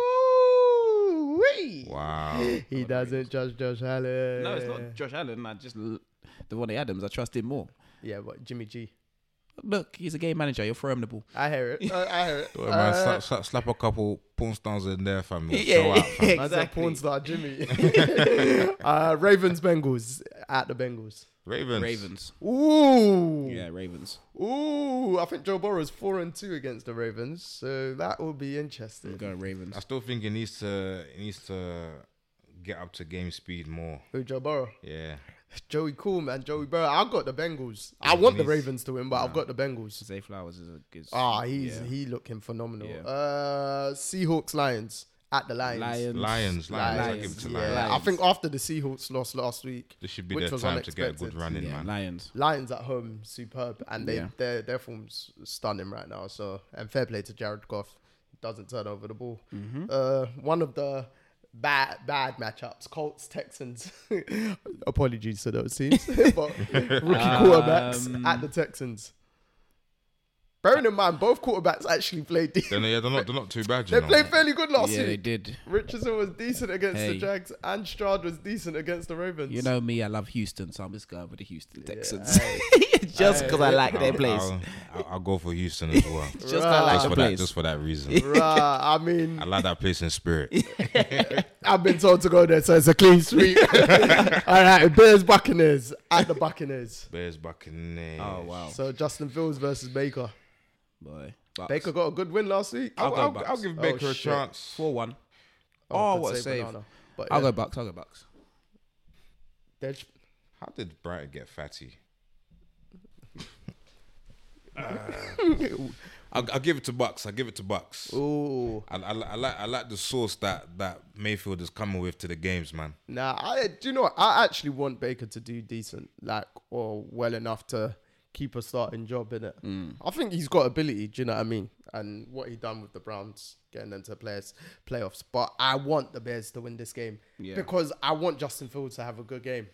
A: Woo-wee. [gasps]
B: Wow.
A: He doesn't judge Josh Allen.
C: No, it's not Josh Allen. I just l- Devontae Adams. I trust him more.
A: Yeah, but Jimmy G.
C: Look, he's a game manager. You'll throw him
A: [laughs]
C: the ball.
A: I hear it. Uh, I [laughs] hear it.
B: Well,
A: Uh,
B: man, slap, slap, slap a couple porn stars in there, fam. Yeah,
C: [laughs] Yeah,
A: [laughs]
B: Show out, fam.
A: That's a porn star, Jimmy. [laughs] uh, Ravens, Bengals at the Bengals.
B: Ravens.
C: Ravens.
A: Ooh,
C: Yeah, Ravens.
A: ooh. I think Joe Burrow's four and two against the Ravens, so that will be interesting.
C: I'm going Ravens.
B: I still think he needs to he needs to get up to game speed more.
A: Who Joe Burrow?
B: Yeah.
A: Joey Cool, man. Joey Burrow. I've got the Bengals. I want the
B: he's-
A: Ravens to win, but I've got the Bengals.
C: Zay Flowers is a good.
A: Ah, he's he looking phenomenal.
C: Yeah.
A: Uh, Seahawks, Lions at the Lions.
C: Lions.
B: Lions, Lions. I
A: Lions,
B: give it to
A: yeah.
B: Lions.
A: I think after the Seahawks lost last week,
B: This should be
A: which
B: their
A: was
B: time to get a good
A: unexpected.
B: run in,
C: Yeah,
B: man.
C: Lions.
A: Lions at home, superb, and they
C: Yeah.
A: their their form's stunning right now. So and fair play to Jared Goff, doesn't turn over the ball.
C: Mm-hmm.
A: Uh, one of the bad bad matchups: Colts Texans. [laughs] Apologies to those teams, [laughs]
C: [laughs]
A: but rookie
C: Um,
A: quarterbacks at the Texans. Bearing in mind, both quarterbacks actually played [laughs]
B: They're,
A: decent.
B: not- yeah, they're not they're not too bad. You
A: They
B: know.
A: played fairly good last
C: Yeah, they
A: week.
C: did.
A: Richardson was decent against the
C: Hey.
A: Jags, and Stroud was decent against the Ravens.
C: You know me, I love Houston, so I'm just going with the Houston Texans.
A: aye.
C: [laughs] just because I like their
B: I'll-
C: place.
B: I'll, I'll, I'll go for Houston as
C: [laughs]
B: well.
C: Just 'cause I like
B: just
C: the
B: for
C: place.
B: that, just for that reason.
A: Bruh, I mean,
B: I like that place in [laughs] spirit.
A: [laughs] I've been told to go there, so it's a clean [laughs] sweep. All right, Bears Buccaneers at the Buccaneers.
B: Bears Buccaneers.
C: oh, wow.
A: So Justin Fields versus Baker.
C: Boy. Bucks.
A: Baker got a good win last week.
B: I'll,
C: go
B: I'll,
C: Bucks.
B: I'll give
A: Oh,
B: Baker a
A: shit.
B: chance.
C: 4 1. Oh,
A: could
C: what a
A: say
C: save.
A: banana. But
C: I'll
A: yeah,
C: go Bucks. I'll go Bucks.
A: they're-
C: [laughs]
B: How did Brighton get fatty? I'll, I'll give it to Bucks. I'll give it to Bucks.
A: Ooh,
B: I, I, li- I like I like the sauce that that Mayfield is coming with to the games, man.
A: nah. I do you know what? I actually want Baker to do decent, like or well enough to keep a starting job in it.
B: Mm.
A: I think he's got ability. Do you know what I mean? And what he done with the Browns, getting them to players playoffs. But I want the Bears to win this game
C: Yeah.
A: because I want Justin Fields to have a good game.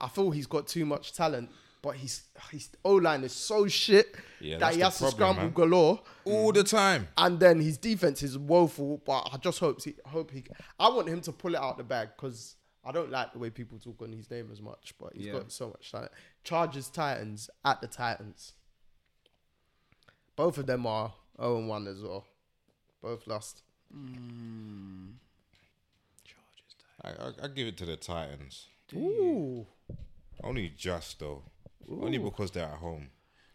A: I feel he's got too much talent but his his O line is so shit
B: Yeah,
A: that
B: that's
A: he
B: the
A: has to
B: problem,
A: scramble
B: man.
A: galore.
B: all the time.
A: And then his defense is woeful, but I just hope he hope he. I want him to pull it out the bag because I don't like the way people talk on his name as much, but he's
C: Yeah.
A: got so much talent. Chargers Titans at the Titans. Both of them are zero and one as well. Both lost.
B: I, I, I give it to the Titans.
A: Ooh,
B: Only just though. Only because they're at home.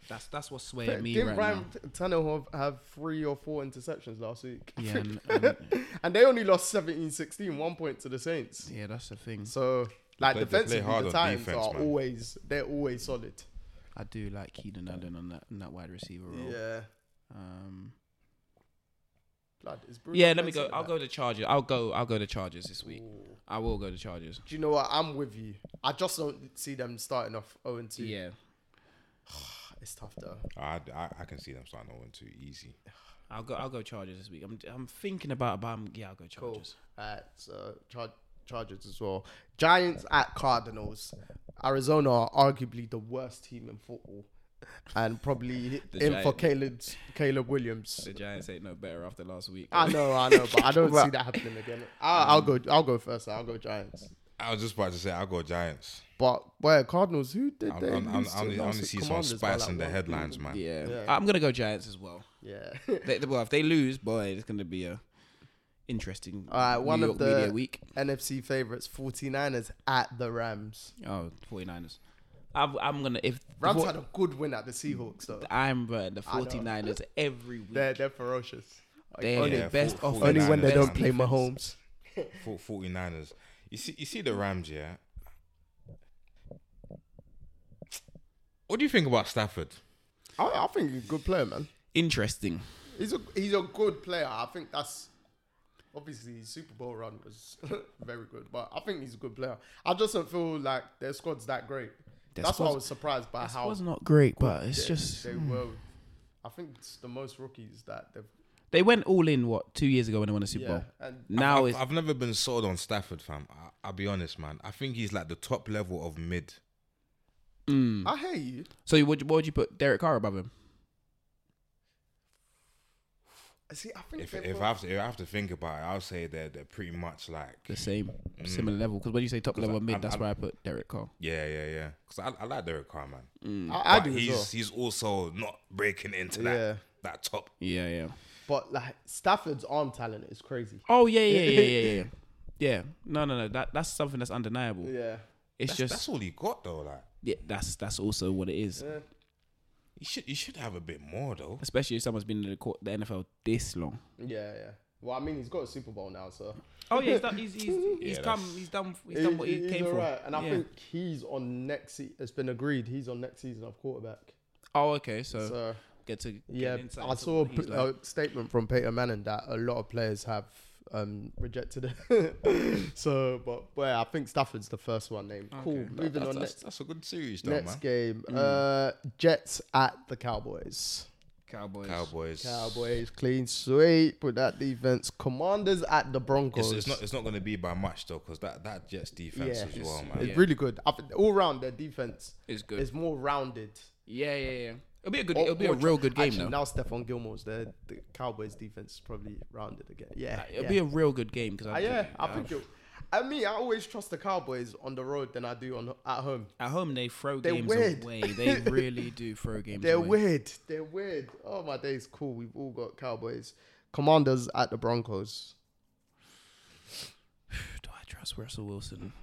C: That's that's what's swaying me
A: didn't
C: right [laughs]
A: Ryan Tannehill have, have three or four interceptions last week?
C: now. Yeah, [laughs] and- and-
A: [laughs] and they only lost 17-16, one point to the Saints.
C: yeah, that's the thing.
A: So like
B: They- they play
A: defensively,
B: hard
A: the
B: on
A: Titans
B: defense,
A: are
B: man.
A: always they're always solid.
C: I do like Keenan Allen on that on that wide receiver role.
A: Yeah.
C: Um,
A: Blood is brutal.
C: yeah, let me go. I'll go to Chargers. I'll go. I'll go to Chargers this week. I will go to Chargers.
A: Do you know what? I'm with you. I just don't see them starting off 0 and 2.
C: Yeah,
A: It's tough though.
B: I, I, I can see them starting on too easy.
C: I'll go. I'll go Chargers this week. I'm I'm thinking about, but I'm, yeah, I'll go
A: Cool.
C: Chargers.
A: Alright, so char- Chargers as well. Giants at Cardinals. Arizona are arguably the worst team in football. And
C: [laughs]
A: probably in for Caleb Caleb Williams.
C: The Giants ain't no better after last week.
A: I know, I know, but I
B: [laughs]
A: don't see that happening again. I, I'll go. I'll go first. I'll go Giants.
B: I was just about to say I'll go Giants.
A: But where Cardinals? Who did
B: I'm,
A: they
B: I'm, I'm,
A: lose to
B: I only, I
A: last
B: only
A: week?
B: see some
A: Commanders by
B: spice
A: like
B: in the
A: one.
B: headlines, man.
C: [laughs] yeah.
A: Yeah.
C: I'm gonna go Giants as well.
A: Yeah. [laughs]
C: They, well, if they lose, boy, it's gonna be a interesting
A: All right, one
C: New
A: of
C: York
A: the
C: media week.
A: NFC favorites, 49ers at the Rams.
C: Oh, 49ers. I'm, I'm gonna if
A: Rams
C: what-
A: had a good win at the Seahawks though.
C: I'm uh, the 49ers every week.
A: They're they're ferocious.
C: They're
A: only
C: the best
B: full-
C: offense.
B: full
A: only when they
B: Niners,
A: don't
B: man.
A: play Mahomes.
B: Fo- 49ers. You see, you see the Rams, yeah. What do you think about Stafford?
A: I, I think he's a good player, man.
C: Interesting.
A: He's a he's a good player. I think that's obviously his Super Bowl run was [laughs] very good, but I think he's a good player. I just don't feel like their squad's that great. that's why I
C: squad's-
A: was surprised by
C: This
A: how
C: was not great, but it's just hmm.
A: they were. I think it's the most rookies that they've
C: they went all in what two years ago when they won the Super
A: yeah.
C: Bowl.
A: And
C: Now
B: I've,
C: it's
B: I've never been sold on Stafford, fam. I, I'll be honest, man. I think he's like the top level of mid.
A: I hear you.
C: hmm. so. You, would, what would you put Derek Carr above him?
A: See, I think
B: If
A: they've
B: if
A: got-
B: I have to, if I have to think about it, I'll say they're they're pretty much like
C: The same,
A: Mm.
C: similar level. Because when you say top level mid,
B: I'm-
C: that's
B: I'm-
C: where I put Derek Carr.
B: yeah, yeah, yeah. Because I, I like Derek Carr, man.
C: Mm.
A: I, I
B: But
A: do as
B: he's
A: well.
B: he's also not breaking into that
A: Yeah.
B: that top.
C: Yeah, yeah.
A: But like Stafford's arm talent is crazy.
C: Oh yeah, yeah,
A: [laughs]
C: yeah, yeah, yeah. yeah. No, no, no. That that's something that's undeniable.
A: Yeah.
C: It's
B: That's,
C: just
B: that's all he got though. Like
C: yeah, that's that's also what it is.
B: he should he should have a bit more though.
C: Especially if someone's been in the, court, the NFL this long.
A: Yeah, yeah. Well, I mean, he's got a Super Bowl now, so
C: Oh yeah, he's
A: [laughs]
C: done, he's, he's, he's
B: Yeah,
C: come,
B: that's-
C: he's done, he's done what he,
A: he's
C: came for.
A: alright. And I
C: Yeah.
A: think he's on next. Se- it's been agreed he's on next season of quarterback.
C: Oh okay, so,
A: So
C: get to get
A: yeah,
C: an insight
A: I
C: into
A: saw a,
C: what he's
A: p-
C: like.
A: a statement from Peter Manning that a lot of players have um, rejected it. [laughs] so, but well, I think Stafford's the first one named. Cool. Moving
B: That's,
A: on
B: that's,
A: next
B: that's a good series though,
A: next
B: man.
A: game.
C: Mm.
A: Uh, Jets at the Cowboys.
C: Cowboys.
B: Cowboys.
A: Cowboys clean sweep with that defense. Commanders at the Broncos.
B: It's, it's not it's not going to be by much though, because that that Jets defense
A: Yeah.
B: as well, man.
A: It's really good. I think all round their defense
C: It's good.
A: is more rounded.
C: yeah, yeah, yeah. It'll be a good.
A: Or-
C: it'll be a
A: or-
C: real good game
A: actually,
C: though.
A: Now Stephon Gilmore's there. The Cowboys defense is probably rounded again. Yeah,
C: It'll
A: yeah.
C: be a real good game because
A: Ah, yeah, I think. It, I mean, I always trust the Cowboys on the road than I do on at home.
C: at home they throw
A: They're
C: games
A: weird. [laughs]
C: away. They really do throw games
A: They're
C: away.
A: weird. They're weird. Oh my days, cool. We've all got Cowboys. Commanders at the Broncos.
C: Do I trust Russell Wilson?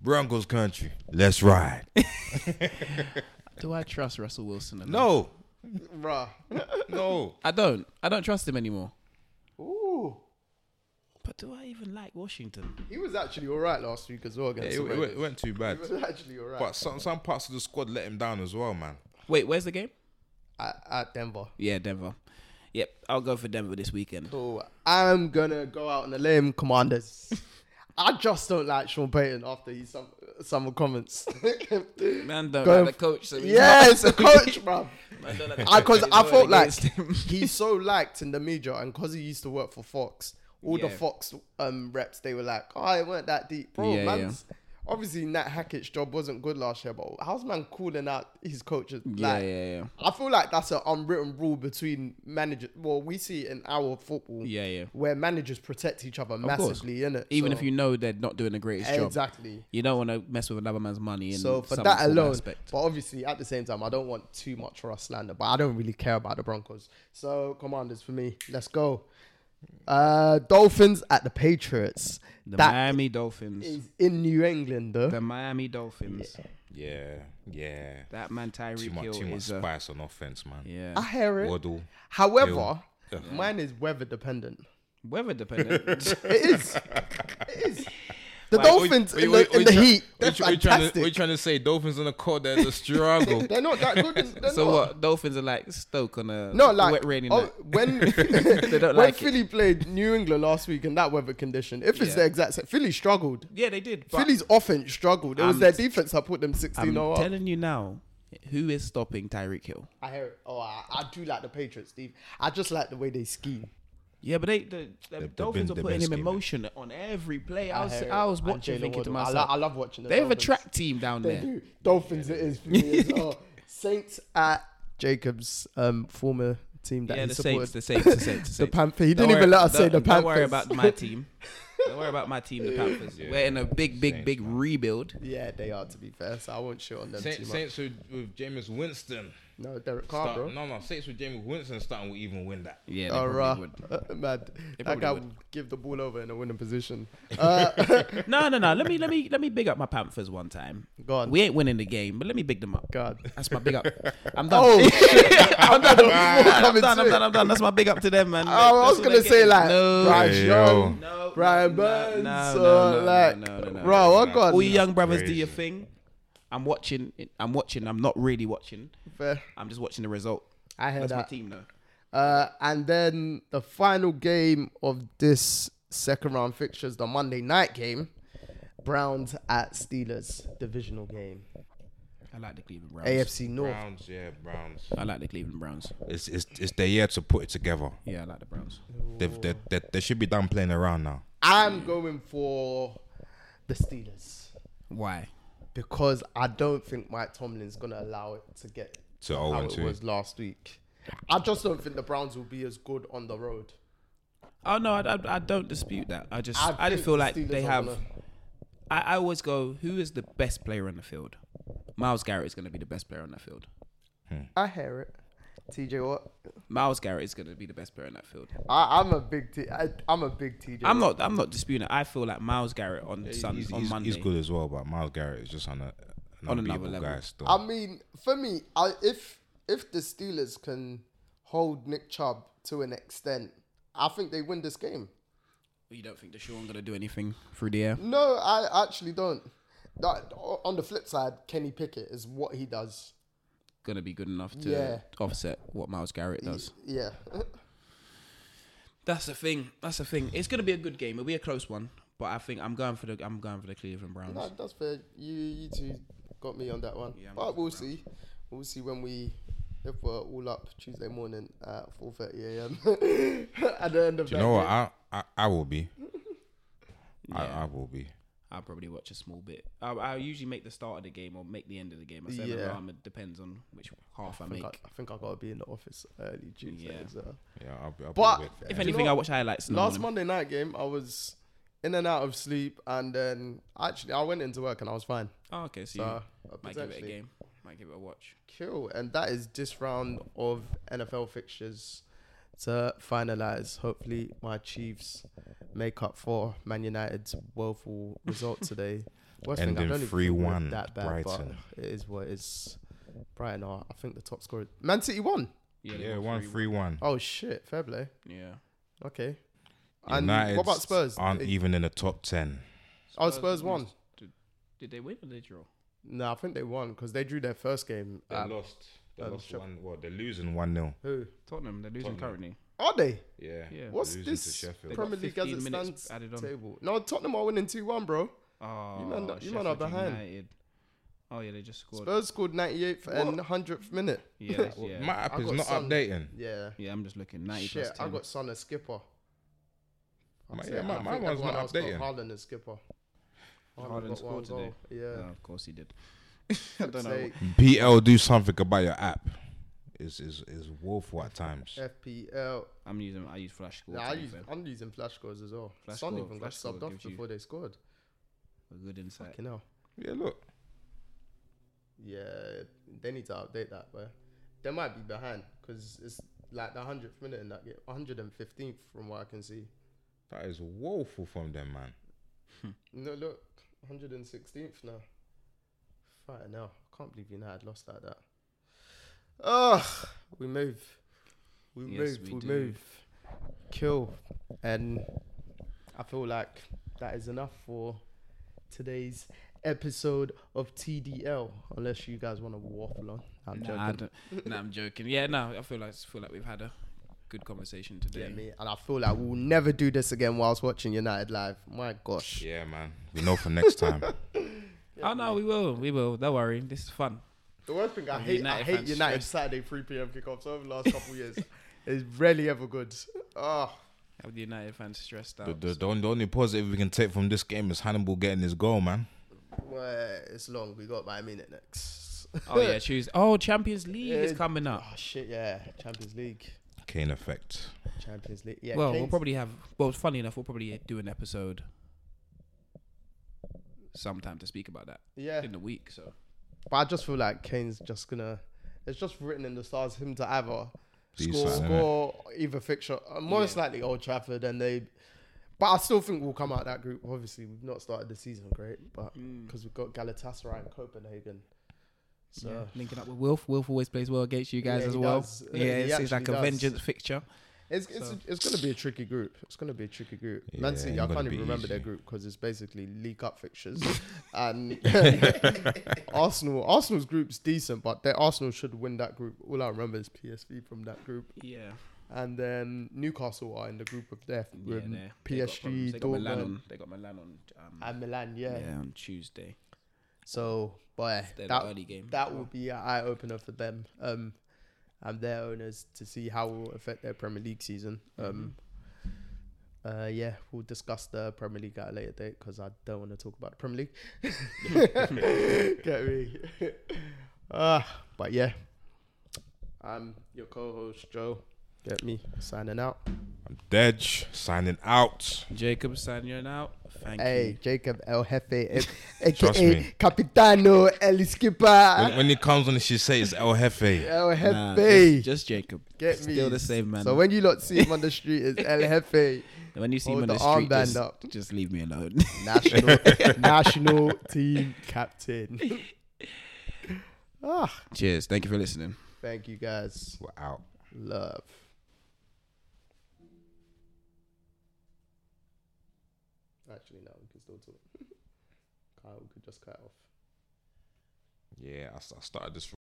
B: Broncos country. Let's ride.
C: Do I trust Russell Wilson? enough?
B: [laughs] no,
A: Bruh. [laughs]
B: [laughs] no.
C: I don't. I don't trust him anymore.
A: Ooh.
C: But do I even like Washington?
A: He was actually all right last week as well
B: It,
A: against
B: it,
A: the
B: went, it
A: Raiders.
B: went too bad.
A: He was actually all right
B: But some some parts of the squad let him down as well, man.
C: Wait, where's the game?
A: at, at Denver.
C: Yeah, Denver. Yep, I'll go for Denver this weekend.
A: So I'm gonna go out on a limb,
C: [laughs]
A: Commanders. I just don't like Sean Payton after his some some
C: [laughs]
A: comments. [laughs]
C: Man, don't
A: Go
C: like the coach. So he's
A: yeah,
C: not-
A: it's a coach,
C: [laughs]
A: bruv.
C: Man don't like the coach,
A: Because
C: so
A: [laughs]
C: he's
A: I
C: not
A: felt like [laughs]
C: against him. [laughs]
A: he's so liked in the media, and because he used to work for Fox, all the
C: Yeah.
A: Fox um reps they were like, "Oh, it weren't that deep, bro."
C: Yeah,
A: man's obviously Nat Hackett's job wasn't good last year, but how's man calling out his coaches?
C: Yeah,
A: Like,
C: yeah, yeah.
A: I feel like that's an unwritten rule between managers. Well, we see it in our football,
C: Yeah, yeah.
A: where managers protect each other
C: course.
A: massively, innit?
C: Even
A: So-
C: if you know they're not doing the greatest job,
A: exactly.
C: you don't want to mess with another man's money. In
A: So for
C: some
A: that
C: form of
A: alone,
C: aspect.
A: but obviously at the same time, I don't want too much for us slander, but I don't really care about the Broncos. So Commanders for me, let's go. Uh, Dolphins at the Patriots.
C: the
A: that
C: Miami Dolphins,
A: is in New England, though.
C: the Miami Dolphins,
B: Yeah, yeah.
C: that man
B: Too
C: Tyreek
B: much,
C: Hill
B: too much
C: is a
B: spice on offense, man.
C: yeah
A: I hear it.
B: Waddle.
A: However, mine is weather dependent. [laughs]
C: weather dependent.
A: It is. it
C: [laughs]
A: is. The
B: Like,
A: Dolphins
B: what you-
A: in
B: what you-
A: the, in the
B: what you try-
A: heat,
B: what
A: they're
B: you try- what you trying to-
A: fantastic.
B: What you trying to say? Dolphins on the court, there's a [laughs] struggle.
A: They're not that good. is- They're
C: [laughs] so
A: not.
C: what? Dolphins are like Stoke on a
A: No, like
C: wet rainy
A: oh,
C: night. [laughs]
A: when [laughs]
C: don't
A: when
C: like it.
A: Philly played New England last week in that weather condition, if it's
C: Yeah.
A: the exact same, Philly struggled.
C: Yeah, they did. But
A: Philly's offense struggled. It was
C: I'm-
A: their defense that put them 16
C: I'm
A: 0 up.
C: telling you now, who is stopping Tyreek Hill?
A: I hear it. Oh, I, I do like the Patriots, Steve. I just like the way they scheme.
C: Yeah, but they the, the
B: they've
C: Dolphins
B: been-
C: are
B: they've
C: putting
B: been
C: him in
B: scheming.
C: motion on every play. I,
A: I
C: was
A: hear
C: I
A: it.
C: was
A: And
C: watching,
A: Jalen
C: thinking to
A: Waddle. I
C: myself,
A: lo- I love watching the
C: they have a
A: Dolphins.
C: track team down
A: They
C: there.
A: do. Dolphins, it is for me as
C: [laughs]
A: well. Saints at Jacobs, um, former team that
C: Yeah,
A: he
C: the
A: supported.
C: Saints, the Saints, the Saints, the
A: The
C: Saints.
A: Panther. He
C: Don't
A: didn't even
C: worry-
A: let us say
C: don't-
A: the Panthers.
C: Don't worry about my team. Don't worry about my
B: [laughs]
C: team, the Panthers. We're in a big, big, big rebuild.
A: Yeah, they are to be fair. So I won't shit on them too
B: Saints,
A: much.
B: Saints with, with Jameis Winston.
A: No, Derek Carr,
B: Start,
A: bro.
B: no, no, Saints with Jameis Winston starting will even win that.
C: Yeah, they
A: Or, uh,
C: probably would.
A: uh, [laughs] mad. That
C: probably
A: guy
C: would.
A: would give the ball over in a winning
C: [laughs]
A: position. Uh, [laughs]
C: No, no, no. Let me, let me, let me big up my Panthers one time.
A: Go on.
C: We ain't winning the game, but let me big them up.
A: God.
C: That's my
A: [laughs]
C: big up. [laughs] I'm done.
A: Oh, shit. I'm done. [laughs] I'm
C: I'm
A: coming
C: done,
A: to
C: I'm
A: it.
C: done, I'm done. That's my big up to them, man.
A: Oh, I
C: That's
A: was
C: what
A: going
C: they
A: to say,
C: get.
A: like,
C: no,
A: Brian
B: Hey,
A: Young,
B: yo.
C: no,
A: Brian
C: no, no,
A: Burns.
C: no,
A: so,
C: no, no,
A: like,
C: no, no, no.
A: bro, what God?
C: All you young brothers, do your
B: Crazy.
C: thing. I'm watching. I'm watching. I'm not really watching.
A: Fair.
C: I'm just watching the result.
A: I heard
C: That's my
A: that.
C: team, though.
A: Uh, and then the final game of this second round fixtures, the Monday night game, Browns at Steelers, divisional game,
C: I like the Cleveland Browns.
A: AFC North.
B: Browns, yeah, Browns.
C: I like the Cleveland Browns.
B: It's it's it's their year to put it together.
C: Yeah, I like the Browns.
B: They've, they they they should be done playing around now.
A: I'm going for the Steelers.
C: Why?
A: because I don't think Mike Tomlin's gonna allow it to get
B: To
A: how
B: 0
A: it
B: 2.
A: was last week. I just don't think the Browns will be as good on the road.
C: Oh no, I, I, I don't dispute that. I just I,
A: I think
C: just feel
A: the
C: like
A: Steelers
C: they
A: are
C: have.
A: gonna-
C: I, I always go, who is the best player on the field? Miles Garrett is going to be the best player on that field.
A: I hear it. TJ Watt.
C: Miles Garrett is going to be the best player in that field.
A: I, I'm a big T. I, I'm a big TJ.
C: I'm
A: Watt.
C: not. I'm not disputing it. I feel like Miles Garrett on Sun
B: he's,
C: on
B: he's-
C: Monday.
B: he's good as well, but Miles Garrett is just on a, an
C: On another
B: unbeatable
C: level.
B: guy still.
A: I mean, for me, I, if if the Steelers can hold Nick Chubb to an extent, I think they win this game.
C: You don't think Deshaun going to do anything through the air?
A: No, I actually don't. That, on the flip side, Kenny Pickett is what he does.
C: Going to be good enough to
A: Yeah.
C: offset what Miles Garrett does.
A: Yeah. [laughs]
C: That's the thing. That's the thing. It's going to be a good game. It'll be a close one, but I think I'm going for the I'm going for the Cleveland Browns.
A: No, that's fair. You you two got me on that one.
C: I'm
A: but we'll see. We'll see when we if we're all up Tuesday morning at four thirty AM [laughs] at the end of that
B: Do you know what?
A: game.
B: I, I, I will be. I, I will be.
C: I'll probably watch a small bit. I, I'll usually make the start of the game or make the end of the game. I set an
A: Yeah.
C: alarm. It depends on which half I,
A: I
C: make.
A: think I, I think I gotta be in the office early Tuesday.
C: Yeah.
A: So.
B: Yeah, I'll be. I'll
A: But
B: be with
C: if
A: Do you
C: anything,
A: know
C: I
A: what?
C: watch highlights. in the
A: last
C: morning.
A: Monday night game I was in and out of sleep and then actually I went into work and I was fine.
C: Oh, okay. So,
A: So
C: you
A: uh,
C: might give it a
A: potentially.
C: game. Might give it a watch.
A: Cool. And that is this round of NFL fixtures to finalize. Hopefully, my Chiefs make up for Man United's woeful
C: [laughs]
A: result today. Worst thing, I
B: Ending
A: don't even think
B: 3-1
A: we're that bad,
B: Brighton.
A: but it is what it is. Brighton are, I think, the top scorer. Man City won.
C: they
B: Yeah,
C: won
B: one
C: three-
B: three one.
A: Oh, shit. Fair play.
C: Yeah.
A: Okay. Oh, And what about
B: United's
A: Spurs?
B: Aren't
A: They-
B: even in the top ten.
A: Oh, Spurs won.
C: Did, did they win or did they draw?
A: No, I think they won because they drew their first game.
B: They
A: at-
B: lost. They
A: um,
B: lost
A: Shep-
B: one. Well, they're losing one 0
A: who?
C: Tottenham. They're losing currently.
A: Are they?
B: Yeah.
C: Yeah.
A: What's
B: losing to
A: this
B: Sheffield.
C: They got
A: Premier League as
C: 15
A: it
C: minutes
A: stands
C: added on.
A: table? No, Tottenham are winning 2 1, bro.
C: Oh,
A: man are- you man
C: Sheffield
A: are behind.
C: United. Oh yeah, they just scored.
A: Spurs scored 98th and 100th minute. [laughs]
C: Yeah, that's-
B: Well,
C: yeah.
B: My app
A: I
B: is
A: got
B: not
A: Son.
B: updating.
A: Yeah.
C: yeah, I'm just looking. Ninety
A: Shit,
C: plus
A: I
C: 10.
A: got Son as skipper.
B: My,
A: That's
B: yeah,
A: it.
B: my,
A: I
B: my
A: think
B: one's
A: everyone
B: not
A: else got
B: updating.
A: Haaland as skipper.
C: Harden
A: got
C: scored
A: one
C: today.
A: goal.
C: Yeah,
A: [laughs] Yeah.
C: Oh, of course he did. [laughs] I don't know.
A: Say
B: BL do something about your app. Is is is woeful at times.
A: FPL.
C: I'm using. I use Flash Score.
A: Nah,
C: to
A: I
C: be
A: use,
C: fair.
A: I'm using flash scores as well.
C: Flash
A: Son
C: score,
A: even got
C: flash score
A: subbed off
C: gives you-
A: before they scored.
C: A good insight.
A: You know.
B: Yeah, look.
A: Yeah, they need to update that, but they might be behind because it's like the hundredth minute in that game, hundred and fifteenth from what I can see.
B: That is woeful from them, man.
A: No, look, hundred and sixteenth now. Right now, can't believe United lost like that. Ah, we move, we move,
C: Yes, we
A: we,
C: do.
A: move, kill, and I feel like that is enough for today's episode of TDL. Unless you guys want to waffle on, I'm
C: Nah,
A: joking.
C: I don't- [laughs] nah, I'm joking. Yeah, no, I feel like feel like we've had a good conversation
A: Yeah,
C: today.
A: me. And I feel like we'll never do this again whilst watching United live. My gosh.
B: Yeah, man. We know for next time.
C: oh no, we will, we will. Don't worry, this is fun.
A: The worst thing I
C: The
A: hate, I
C: United
A: hate
C: fans
A: United
C: stress.
A: Saturday 3 p.m. kickoffs over the last couple of [laughs] years. It's rarely ever good. Oh,
C: Have the United fans
B: [laughs]
C: stressed
B: the,
C: out?
B: the, the, only, the only positive we can take from this game is Hannibal getting his goal, man.
A: well, it's long. We got by a minute next. [laughs]
C: oh yeah, Tuesday. Oh, Champions League is
A: Yeah.
C: coming
A: Oh
C: up.
A: shit! Yeah, Champions League.
B: Kane effect.
A: Champions League. Yeah.
C: well, we'll
A: Kane's-
C: probably have. Well, funny enough, we'll probably do an episode sometime to speak about that
A: Yeah,
C: in the week. So
A: but I just feel like Kane's just gonna. It's just written in the stars him to either
B: Do
A: score,
B: something,
A: score either fixture. Uh, Most
C: Yeah.
A: likely Old Trafford, and they. But I still think we'll come out that group. Obviously, we've not started the season great, but
C: Mm.
A: because we've got Galatasaray and Copenhagen. So
C: yeah, linking up with Wilf. Wilf always plays well against you guys
A: Yeah,
C: as
A: he
C: well.
A: does.
C: Yeah,
A: He
C: it's, it's like a
A: actually does.
C: vengeance fixture.
A: it's it's, it's going to be a tricky group. It's going to be a tricky group. Man
B: Yeah,
A: City,
B: ain't
A: I
B: gonna
A: can't
B: be
A: even remember their
B: easy.
A: group because it's basically League Cup
C: [laughs]
A: fixtures. and Arsenal, Arsenal's group's decent, but their Arsenal should win that group. All I remember is PSV from that group.
C: Yeah,
A: And then Newcastle are in the group of death
C: yeah.
A: with
C: they're- they got problems.
A: PSG,
C: They got Milan
A: Dortmund,
C: on. They got Milan on. Um,
A: and Milan. Yeah.
C: yeah. on Tuesday.
A: So, boy,
C: Their
A: that
C: early game.
A: that will be an eye opener for them um, and their owners to see how it will affect their Premier League season.
C: Mm-hmm.
A: Um, uh, yeah, we'll discuss the Premier League at a later date because I don't want to talk about the Premier
C: [laughs]
A: League. Get me. [laughs] Uh, but yeah, I'm your co host, Joe. Get me signing out.
B: I'm Dej signing out.
C: Jacob Sanyon out. Thank
A: Hey,
C: you.
A: Jacob El Jefe,
B: Trust
A: aka
B: me.
A: Capitano El Skipper.
B: When, when he comes on, she says El Jefe.
A: eh, El Jefe.
C: Nah, just, just Jacob.
A: Get me.
C: Still the same man.
A: So when you lot see him on the street, it's El Jefe,
C: when you see him
A: hold
C: on the,
A: the
C: street,
A: armband
C: just,
A: up.
C: just leave me alone. [laughs]
A: national national team captain. ah,
C: Cheers. Thank you for listening.
A: thank you guys.
B: We're out.
A: Love. Actually, no, we can still talk. Kyle could just cut it off.
B: Yeah, I, s- I started this